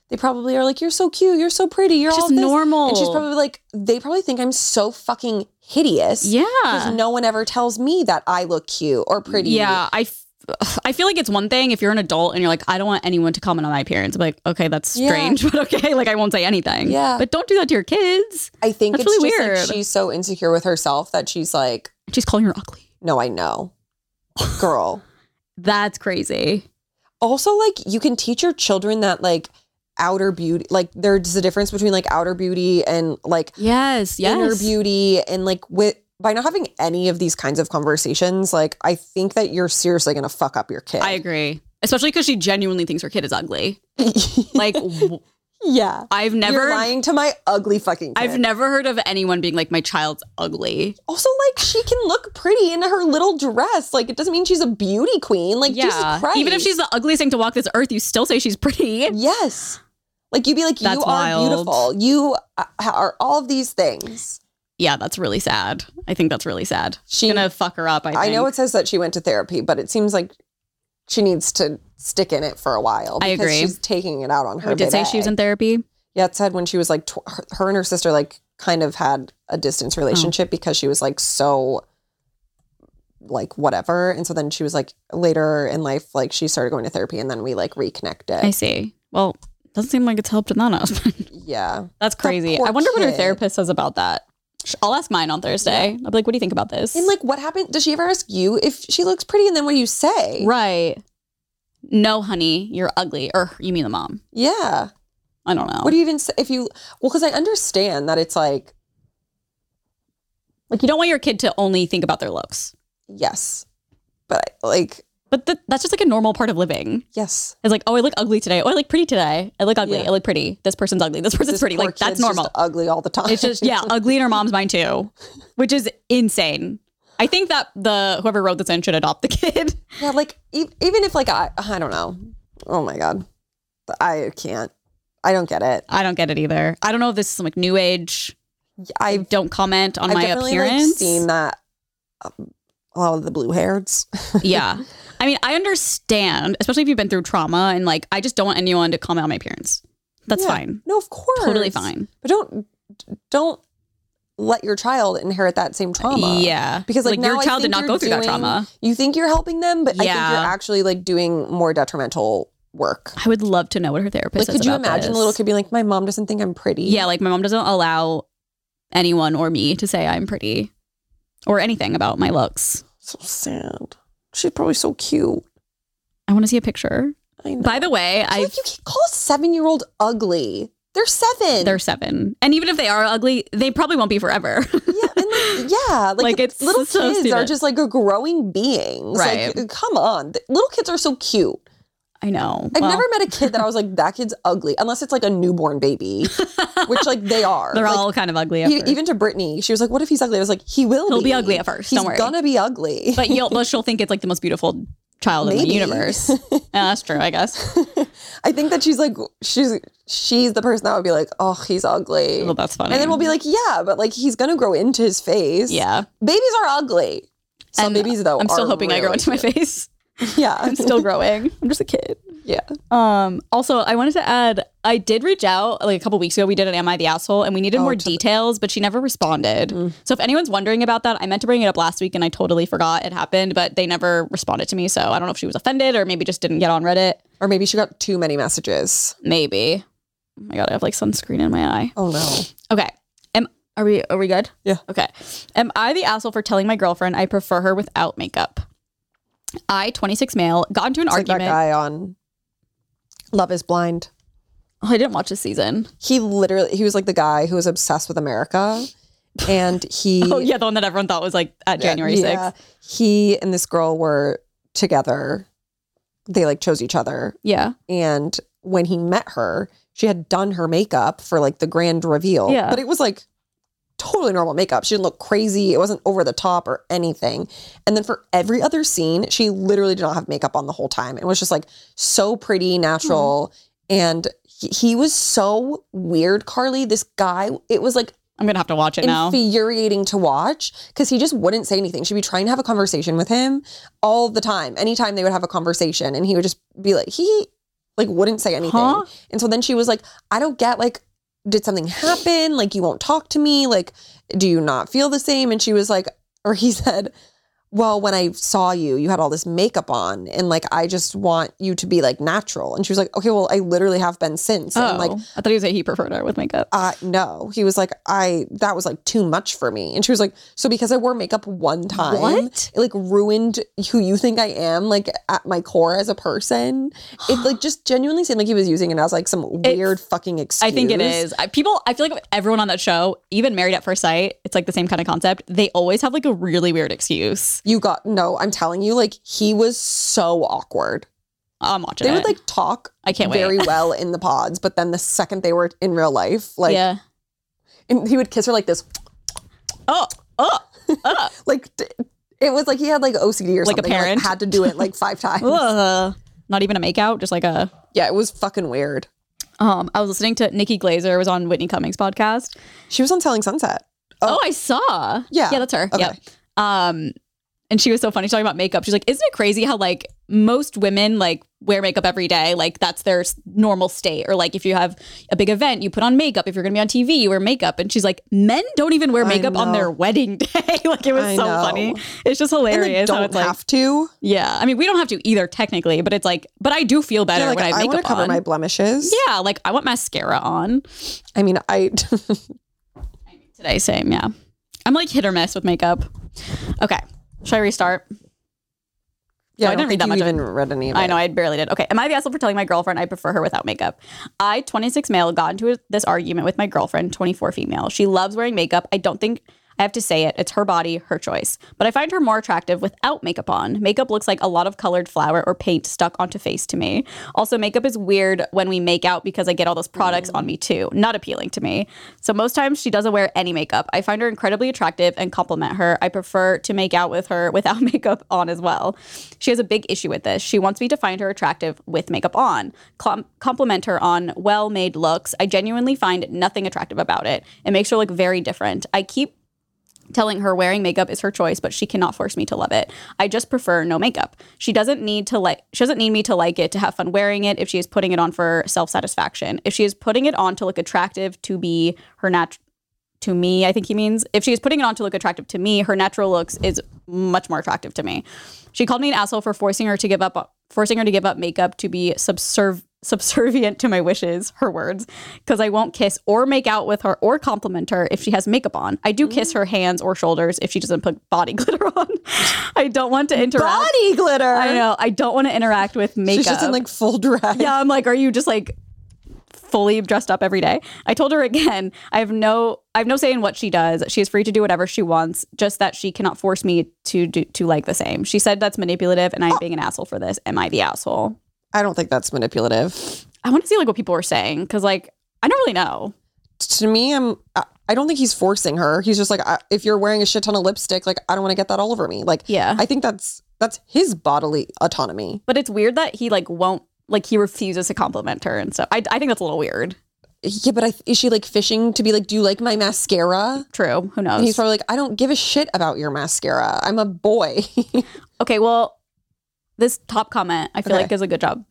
they probably are like, "You're so cute. You're so pretty. You're
It's
all
just
this."
normal.
And she's probably like, "They probably think I'm so fucking hideous."
Yeah.
because no one ever tells me that I look cute or pretty.
Yeah, I, f- I feel like it's one thing if you're an adult and you're like, I don't want anyone to comment on my appearance. I'm like, okay, that's
Yeah.
strange, but okay, like I won't say anything.
Yeah.
but don't do that to your kids.
I think
That's
it's
really
just
weird.
like she's so insecure with herself that she's like,
She's calling her ugly.
"No, I know, girl."
That's crazy.
also like you can teach your children that like outer beauty like there's a difference between like outer beauty and like
Yes, yes.
inner beauty and like with by not having any of these kinds of conversations like i think that you're seriously gonna fuck up your kid
I agree, especially because she genuinely thinks her kid is ugly. Like w-
yeah
I've
you're
never,
lying to my ugly fucking kid.
I've never heard of anyone being like, my child's ugly.
also like she can look pretty in her little dress like it doesn't mean she's a beauty queen like jesus
yeah,
christ
even if she's the ugliest thing to walk this earth, you still say she's pretty.
yes like you'd be like
That's
you
wild.
are beautiful you uh, are all of these things
Yeah, that's really sad. I think that's really sad. She's
She-
gonna fuck her up. I, think.
I know it says that she went to therapy, but it seems like she needs to stick in it for a while.
I
because
agree.
She's taking it out on her.
Or did say she was in therapy.
Yeah, it said when she was like, tw- her- her and her sister like kind of had a distance relationship because she was like so, like whatever. And so then she was like later in life, like she started going to therapy, and then we like reconnected.
I see. Well, doesn't seem like it's helped in that aspect.
Yeah,
That's crazy.
poor
I wonder what her
kid.
therapist says about that. Sh- I'll ask mine on Thursday. I'll be like, what do you think about this?
and like, what happened? Does she ever ask you if she looks pretty? And then what do you say?
right. No, honey, you're ugly. Or you mean the mom.
Yeah.
I don't know.
What do you even say if you? Well, because I understand that it's like
like, you don't want your kid to only think about their looks.
yes, but like
But th- that's just like a normal part of living.
yes,
It's like, oh, I look ugly today. Oh, I look pretty today. I look ugly.
Yeah.
I look pretty. This person's ugly. This person's
This
pretty.
poor
Like, that's
kid's just
normal.
ugly all the time.
It's just yeah, ugly in her mom's mind too, which is insane. I think that the whoever wrote this in should adopt the kid.
yeah. Like e- even if like I, I don't know. Oh my god, I can't. I don't get it.
I don't get it either. I don't know if this is some like new age. I
I've
don't comment on
I've
my
definitely
appearance.
like seen that. Um, a lot of the blue haireds.
yeah. I mean, I understand, especially if you've been through trauma and like I just don't want anyone to comment on my appearance. That's
Yeah.
fine.
No, of course,
Totally fine.
But don't don't let your child inherit that same trauma.
Yeah.
because like, now
your
I
child
think
did not
you're
go through that
doing-
trauma.
You think you're helping them, but I think
Yeah.
you're actually like doing more detrimental work.
I would love to know what her therapist
Like,
says
could you
about
imagine
this.
a little kid being like, "My mom doesn't think I'm pretty."
Yeah, like my mom doesn't allow anyone or me to say I'm pretty or anything about my looks.
so sad. She's probably so cute.
I want to see a picture.
I know.
By the way,
I feel
I
like you can't call a seven-year-old ugly. They're seven.
they're seven, and even if they are ugly, they probably won't be forever.
yeah, and like, yeah, like,
Like, it's
it's little
so
kids are
stupid.
just like a growing beings.
Right.
Like, come on, Th- little kids are so cute.
I know.
I've
Well,
never met a kid that I was like, "That kid's ugly," unless it's like a newborn baby, which like they are.
They're
Like,
all kind of ugly. at
E-
first.
even to Brittany, she was like, "What if he's ugly?" I was like, "He will.
He'll
be,
be ugly at first,
He's
don't worry."
Gonna be ugly.
but you'll but she'll think it's like the most beautiful child in the
Maybe.
universe. Yeah, that's true, I guess.
I think that she's like, she's she's the person that would be like, "Oh, he's ugly,"
Well, that's funny.
and then we'll be like, "Yeah, but like he's gonna grow into his face."
yeah.
babies are ugly. Some
And
babies though.
I'm still
are
hoping I grow
really
into my
cute.
face.
Yeah,
I'm still growing. I'm just a kid.
yeah.
Um, also, I wanted to add, I did reach out like a couple weeks ago. We did an "Am I the asshole?" and
Oh,
we needed more details, but she never responded.
Mm.
So, if anyone's wondering about that, I meant to bring it up last week and I totally forgot it happened, but they never responded to me. So, I don't know if she was offended or maybe just didn't get on Reddit.
Or maybe she got too many messages.
Maybe. Oh my god, I have like sunscreen in my eye.
Oh no.
Okay. Am are we are we good?
Yeah.
Okay. Am I the asshole for telling my girlfriend I prefer her without makeup? I, 26 male, got into an
It's like that
argument.
guy on Love Is Blind.
oh, I didn't watch this season.
He literally he was like the guy who was obsessed with America, and he
Oh yeah, the one that everyone thought was like at January 6th.
He and this girl were together. They like chose each other.
Yeah.
And when he met her, she had done her makeup for like the grand reveal.
Yeah.
But it was like totally normal makeup. She didn't look crazy. It wasn't over the top or anything. And then for every other scene, she literally did not have makeup on the whole time and was just like so pretty, natural. And he, he was so weird, Carly. This guy, it was like
I'm gonna have to watch it now.
infuriating to watch because he just wouldn't say anything. She'd be trying to have a conversation with him all the time. Anytime they would have a conversation, and he would just be like, he, like wouldn't say anything.
Huh?
And so then she was like, I don't get like, did something happen? Like you won't talk to me? Like, do you not feel the same? And she was like, or he said, Well, when I saw you, you had all this makeup on and like I just want you to be like natural. And she was like, Okay, well, I literally have been since.
Oh,
And like
I thought he was like he preferred her with makeup.
uh no he was like i that was like too much for me and she was like so because i wore makeup one time
What?
it like ruined who you think i am like at my core as a person it like just genuinely seemed like he was using it as like some weird fucking excuse
I think it is. I, people, I feel like everyone on that show, even Married at First Sight, it's like the same kind of concept. They always have like a really weird excuse.
you got no i'm telling you like he was so awkward
I'm watching
they
it.
would like talk
I can't wait.
very well in the pods but then the second they were in real life like
yeah.
and he would kiss her like this
Oh, oh, oh.
like d- it was like he had like ocd or
Like a
something
parent.
had to do it like five times
Ugh. Not even a make out, just like a.
Yeah, it was fucking weird.
Um, I was listening to Nikki Glazer was on Whitney Cummings podcast.
She was on Telling Sunset.
Oh, I saw.
Yeah.
Yeah, that's her.
Okay.
Yep. Um, and she was so funny She's talking about makeup. She's like, isn't it crazy how like most women like wear makeup every day? Like that's their s- normal state. Or like if you have a big event, you put on makeup. If you're gonna be on TV, you wear makeup. And she's like, men don't even wear
I
makeup on
know.
their wedding day. like it was
I
so
know.
funny. It's just hilarious.
and they
how
don't
it's like,
have to.
yeah. I mean, we don't have to either technically, but it's like, but I do feel better
They're like,
when I
I,
have
want
makeup
to cover
on.
my blemishes.
yeah, like I want mascara on.
I mean, I.
Oh, Today, same, yeah. I'm like hit or miss with makeup. Okay. Should I restart?
yeah,
I didn't
don't
read that
think
much
you
of
even read any of it.
I know, I barely did. Okay. Am I the asshole for telling my girlfriend I prefer her without makeup? I, 26 male, got into this argument with my girlfriend, 24 female. She loves wearing makeup. I don't think I have to say it. It's her body, her choice. But I find her more attractive without makeup on. Makeup looks like a lot of colored flour or paint stuck onto face to me. Also, makeup is weird when we make out because I get all those products on me too. Not appealing to me. So most times she doesn't wear any makeup. I find her incredibly attractive and compliment her. I prefer to make out with her without makeup on as well. She has a big issue with this. She wants me to find her attractive with makeup on, Com- compliment her on well made looks. I genuinely find nothing attractive about it. It makes her look very different. I keep telling her wearing makeup is her choice, but she cannot force me to love it. I just prefer no makeup. She doesn't need to like she doesn't need me to like it to have fun wearing it if she is putting it on for self-satisfaction. If she is putting it on to look attractive to be her natural to me, I think he means. If she is putting it on to look attractive to me, her natural looks is much more attractive to me. She called me an asshole for forcing her to give up forcing her to give up makeup to be subserv- subservient to my wishes, her words, because I won't kiss or make out with her or compliment her if she has makeup on. I do kiss her hands or shoulders if she doesn't put body glitter on. I don't want to interact.
Body glitter.
I know. I don't want to interact with makeup.
She's just in like full dress.
Yeah, I'm like, are you just like fully dressed up every day? I told her again, I have no I have no say in what she does. She is free to do whatever she wants, just that she cannot force me to do to like the same. She said that's manipulative and I'm being an asshole for this. Am I the asshole?
I don't think that's manipulative.
I want to see like what people were saying because like I don't really know.
To me, I'm. I, I don't think he's forcing her. He's just like, I, if you're wearing a shit ton of lipstick, like I don't want to get that all over me. Like,
Yeah.
I think that's that's his bodily autonomy.
But it's weird that he like won't like he refuses to compliment her and so I, I think that's a little weird.
Yeah, but I, is she like fishing to be like, do you like my mascara?
True. Who knows?
And he's probably like, I don't give a shit about your mascara. I'm a boy.
Okay, well, this top comment I feel
Okay.
like does a good job.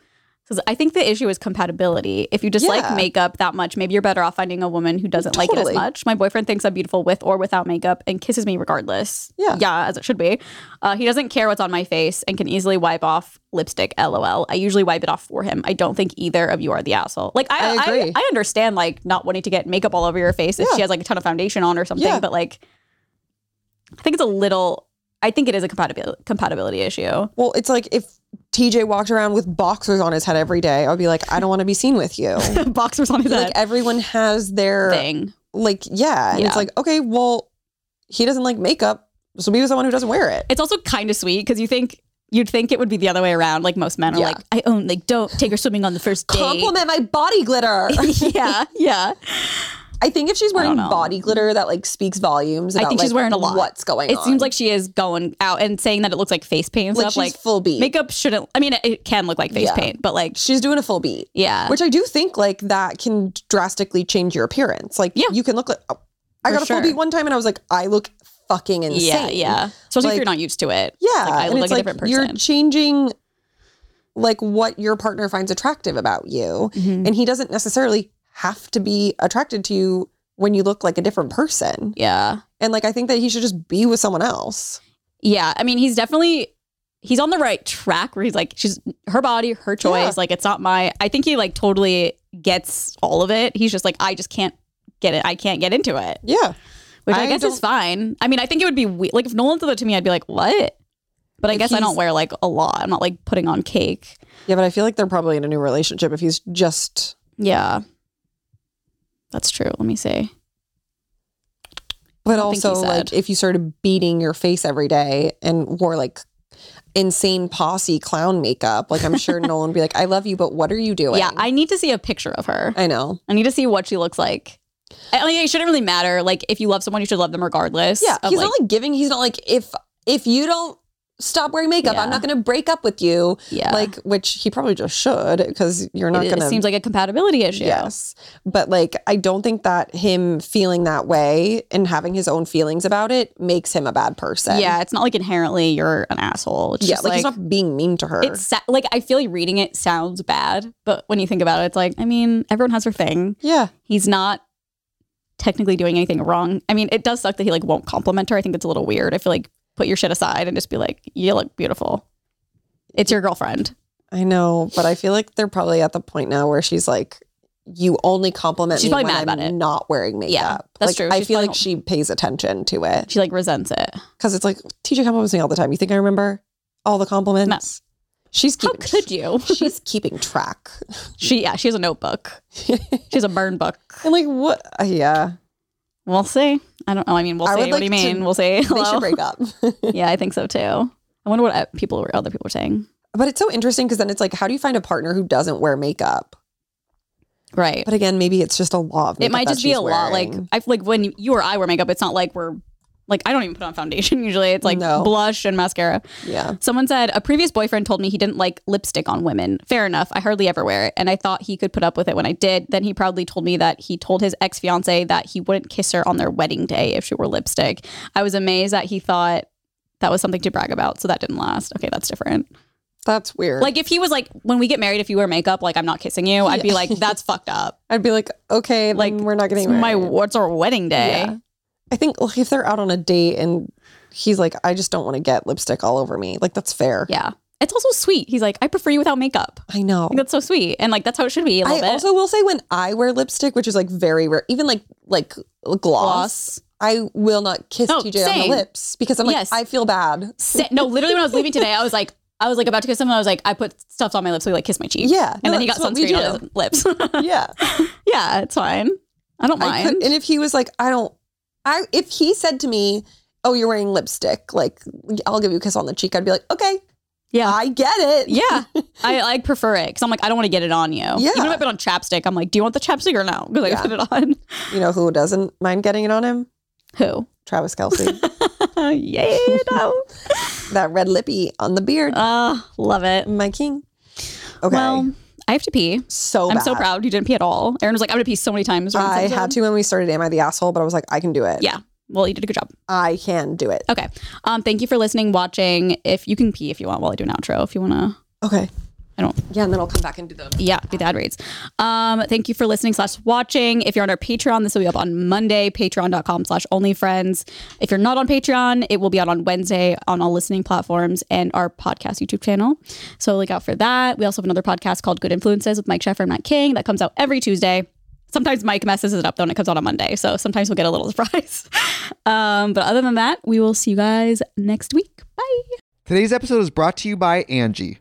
Says, I think the issue is compatibility. If you dislike
Yeah.
makeup that much, maybe you're better off finding a woman who doesn't like it as
Totally.
much. My boyfriend thinks I'm beautiful with or without makeup and kisses me regardless.
Yeah.
Yeah, as it should be. Uh, he doesn't care what's on my face and can easily wipe off lipstick, lol. I usually wipe it off for him. I don't think either of you are the asshole. Like, I,
I
I, I,
agree.
understand, like, not wanting to get makeup all over your face if
Yeah.
she has, like, a ton of foundation on or something,
Yeah.
but, like, I think it's a little. I think it is a compatibility compatibility issue.
Well, it's like if TJ walked around with boxers on his head every day, I would be like, I don't want to be seen with you.
Boxers on his
like
head
everyone has their
thing.
like, yeah. And
Yeah.
it's like, okay, well, he doesn't like makeup, so be with someone who doesn't wear it.
It's also kind of sweet because you think you'd think it would be the other way around. Like most men are
Yeah.
like, I own like don't take her swimming on the first date.
Compliment my body glitter.
yeah, yeah.
I think if she's wearing
know.
body glitter, that like speaks volumes.
I
About,
think she's
like,
wearing a lot.
What's going
It
on?
seems like she is going out and saying that it looks like face paint and
like
stuff.
she's
like
full beat.
makeup shouldn't. I mean, it, it can look like face
Yeah.
paint, but like,
she's doing a full beat.
yeah,
which I do think like that can drastically change your appearance. Like
Yeah.
you can look like oh, I
For
got a
sure.
full beat one time and I was like, I look fucking insane.
yeah, yeah. Especially if
Like-
you're not used to it.
Yeah.
Like, I
and
look
it's
like a different
You're
person.
changing like what your partner finds attractive about you.
Mm-hmm.
And he doesn't necessarily have to be attracted to you when you look like a different person.
Yeah.
And like I think that he should just be with someone else.
Yeah. I mean, he's definitely he's on the right track where he's like, she's her body, her choice.
Yeah.
Like it's not my I think he like totally gets all of it. He's just like, I just can't get it. I can't get into it.
Yeah.
Which I,
I
guess is
don't-
fine. I mean, I think it would be we- like if Nolan said that to me, I'd be like, What? But I
Like,
guess I don't
he's-
wear like a lot. I'm not like putting on cake.
Yeah, but I feel like they're probably in a new relationship if he's just
Yeah. That's true. Let me see.
But
don't think he
also, like,
said.
if you started beating your face every day and wore like insane posse clown makeup, like, I'm sure Nolan would be like, I love you, but what are you doing?
Yeah, I need to see a picture of her.
I know.
I need to see what she looks like. I mean, it shouldn't really matter. Like, if you love someone, you should love them regardless.
Yeah.
of,
he's not like giving, he's not like, if, if you don't stop wearing makeup,
Yeah.
I'm not going to break up with you.
yeah.
Like, which he probably just should because you're not
it,
going to.
it seems like a compatibility issue.
Yes. But like, I don't think that him feeling that way and having his own feelings about it makes him a bad person.
Yeah, it's not like inherently you're an asshole. It's
Yeah.
just
Like,
like,
he's not being mean to her.
it's sa- like I feel like reading it sounds bad, but when you think about it, it's like I mean, everyone has their thing.
yeah.
He's not technically doing anything wrong. I mean, it does suck that he like won't compliment her. I think that's a little weird. I feel like put your shit aside and just be like, you look beautiful. It's your girlfriend.
I know, but I feel like they're probably at the point now where she's like, "You only compliment
She's
me
probably
when
mad
I'm
about it.
not wearing makeup."
that's
like,
true.
I
She's
feel
probably
like
not-
she pays attention to it
She like resents it.
because it's like TJ compliments me all the time. You think I remember all the compliments? She's
How
keeping.
could you?
she's keeping track.
She yeah, she has a notebook. she has a burn book.
And like what? uh, yeah,
We'll see. I don't know. I mean, we'll
I
see.
would
what do you
like to-
mean? We'll see.
they
Hello?
should break up.
yeah, I think so too. I wonder what uh, people were other people were saying.
but it's so interesting because then it's like, how do you find a partner who doesn't wear makeup?
Right.
But again, maybe it's just a law of makeup
it might
that
just be
she's
a lot. Like
wearing.
I like when you or I wear makeup, it's not like we're like I don't even put on foundation usually. It's like
No.
blush and mascara.
yeah,
Someone said a previous boyfriend told me he didn't like lipstick on women. Fair enough. I hardly ever wear it, and I thought he could put up with it when I did. Then he proudly told me that he told his ex fiance that he wouldn't kiss her on their wedding day if she wore lipstick. I was amazed that he thought that was something to brag about, so that didn't last. Okay, that's different.
that's weird.
Like if he was like, when we get married, if you wear makeup, like I'm not kissing you, I'd be like, that's fucked up.
I'd be like, okay,
Like
like we're not
It's
getting
my
married.
what's our wedding day?
Yeah. I think like, if they're out on a date and he's like, I just don't want to get lipstick all over me. Like that's fair.
Yeah. It's also sweet. He's like, I prefer you without makeup. I
I know.
think that's so sweet. And like, that's how it should be a
I
little bit.
also will say when I wear lipstick, which is like very rare, even like like uh, gloss,
Gloss.
I will not kiss
Oh,
TJ on
same.
the lips because I'm like,
Yes.
I feel bad.
Sa- no, literally when I was leaving today, I was like, I was like about to kiss him. And I was like, I put stuff on my lips. So he like kissed my cheek.
Yeah,
And
no,
then he got
that's what we
sunscreen on his lips.
Yeah,
yeah, it's fine. I don't
I
mind.
could, and if he was like, I don't, I if he said to me, Oh, you're wearing lipstick, like I'll give you a kiss on the cheek. I'd be like, Okay,
yeah.
I get it.
yeah. I like prefer it because I'm like, I don't want to get it on you.
Yeah.
Even if I put on chapstick, I'm like, do you want the chapstick or no? Because
Yeah.
I put it on.
you know who doesn't mind getting it on him?
Who?
Travis Kelsey,
yeah. No.
that red lippy on the beard.
Uh, love it.
my king. Okay.
Well, I have to pee.
so
I'm so
bad.
proud you didn't pee at all. Aaron was like, I'm gonna pee so many times. during this
I
episode."
had to when we started Am I the Asshole, but I was like, I can do it.
Yeah. Well, you did a good job.
I can do it.
Okay. Um, thank you for listening, watching. If you can pee if you want while I do an outro, if you wanna
Okay.
I don't
Yeah, and then I'll come back and do the
yeah, do the ad reads. Um, thank you for listening slash watching. If you're on our Patreon, this will be up on Monday, patreon.com slash onlyfriends. If you're not on Patreon, it will be out on Wednesday on all listening platforms and our podcast YouTube channel. So look out for that. We also have another podcast called Good Influences with Mike Sheffer and Matt King that comes out every Tuesday. Sometimes Mike messes it up though and it comes out on Monday. So sometimes we'll get a little surprise. um, but other than that, we will see you guys next week. Bye.
Today's episode is brought to you by Angie.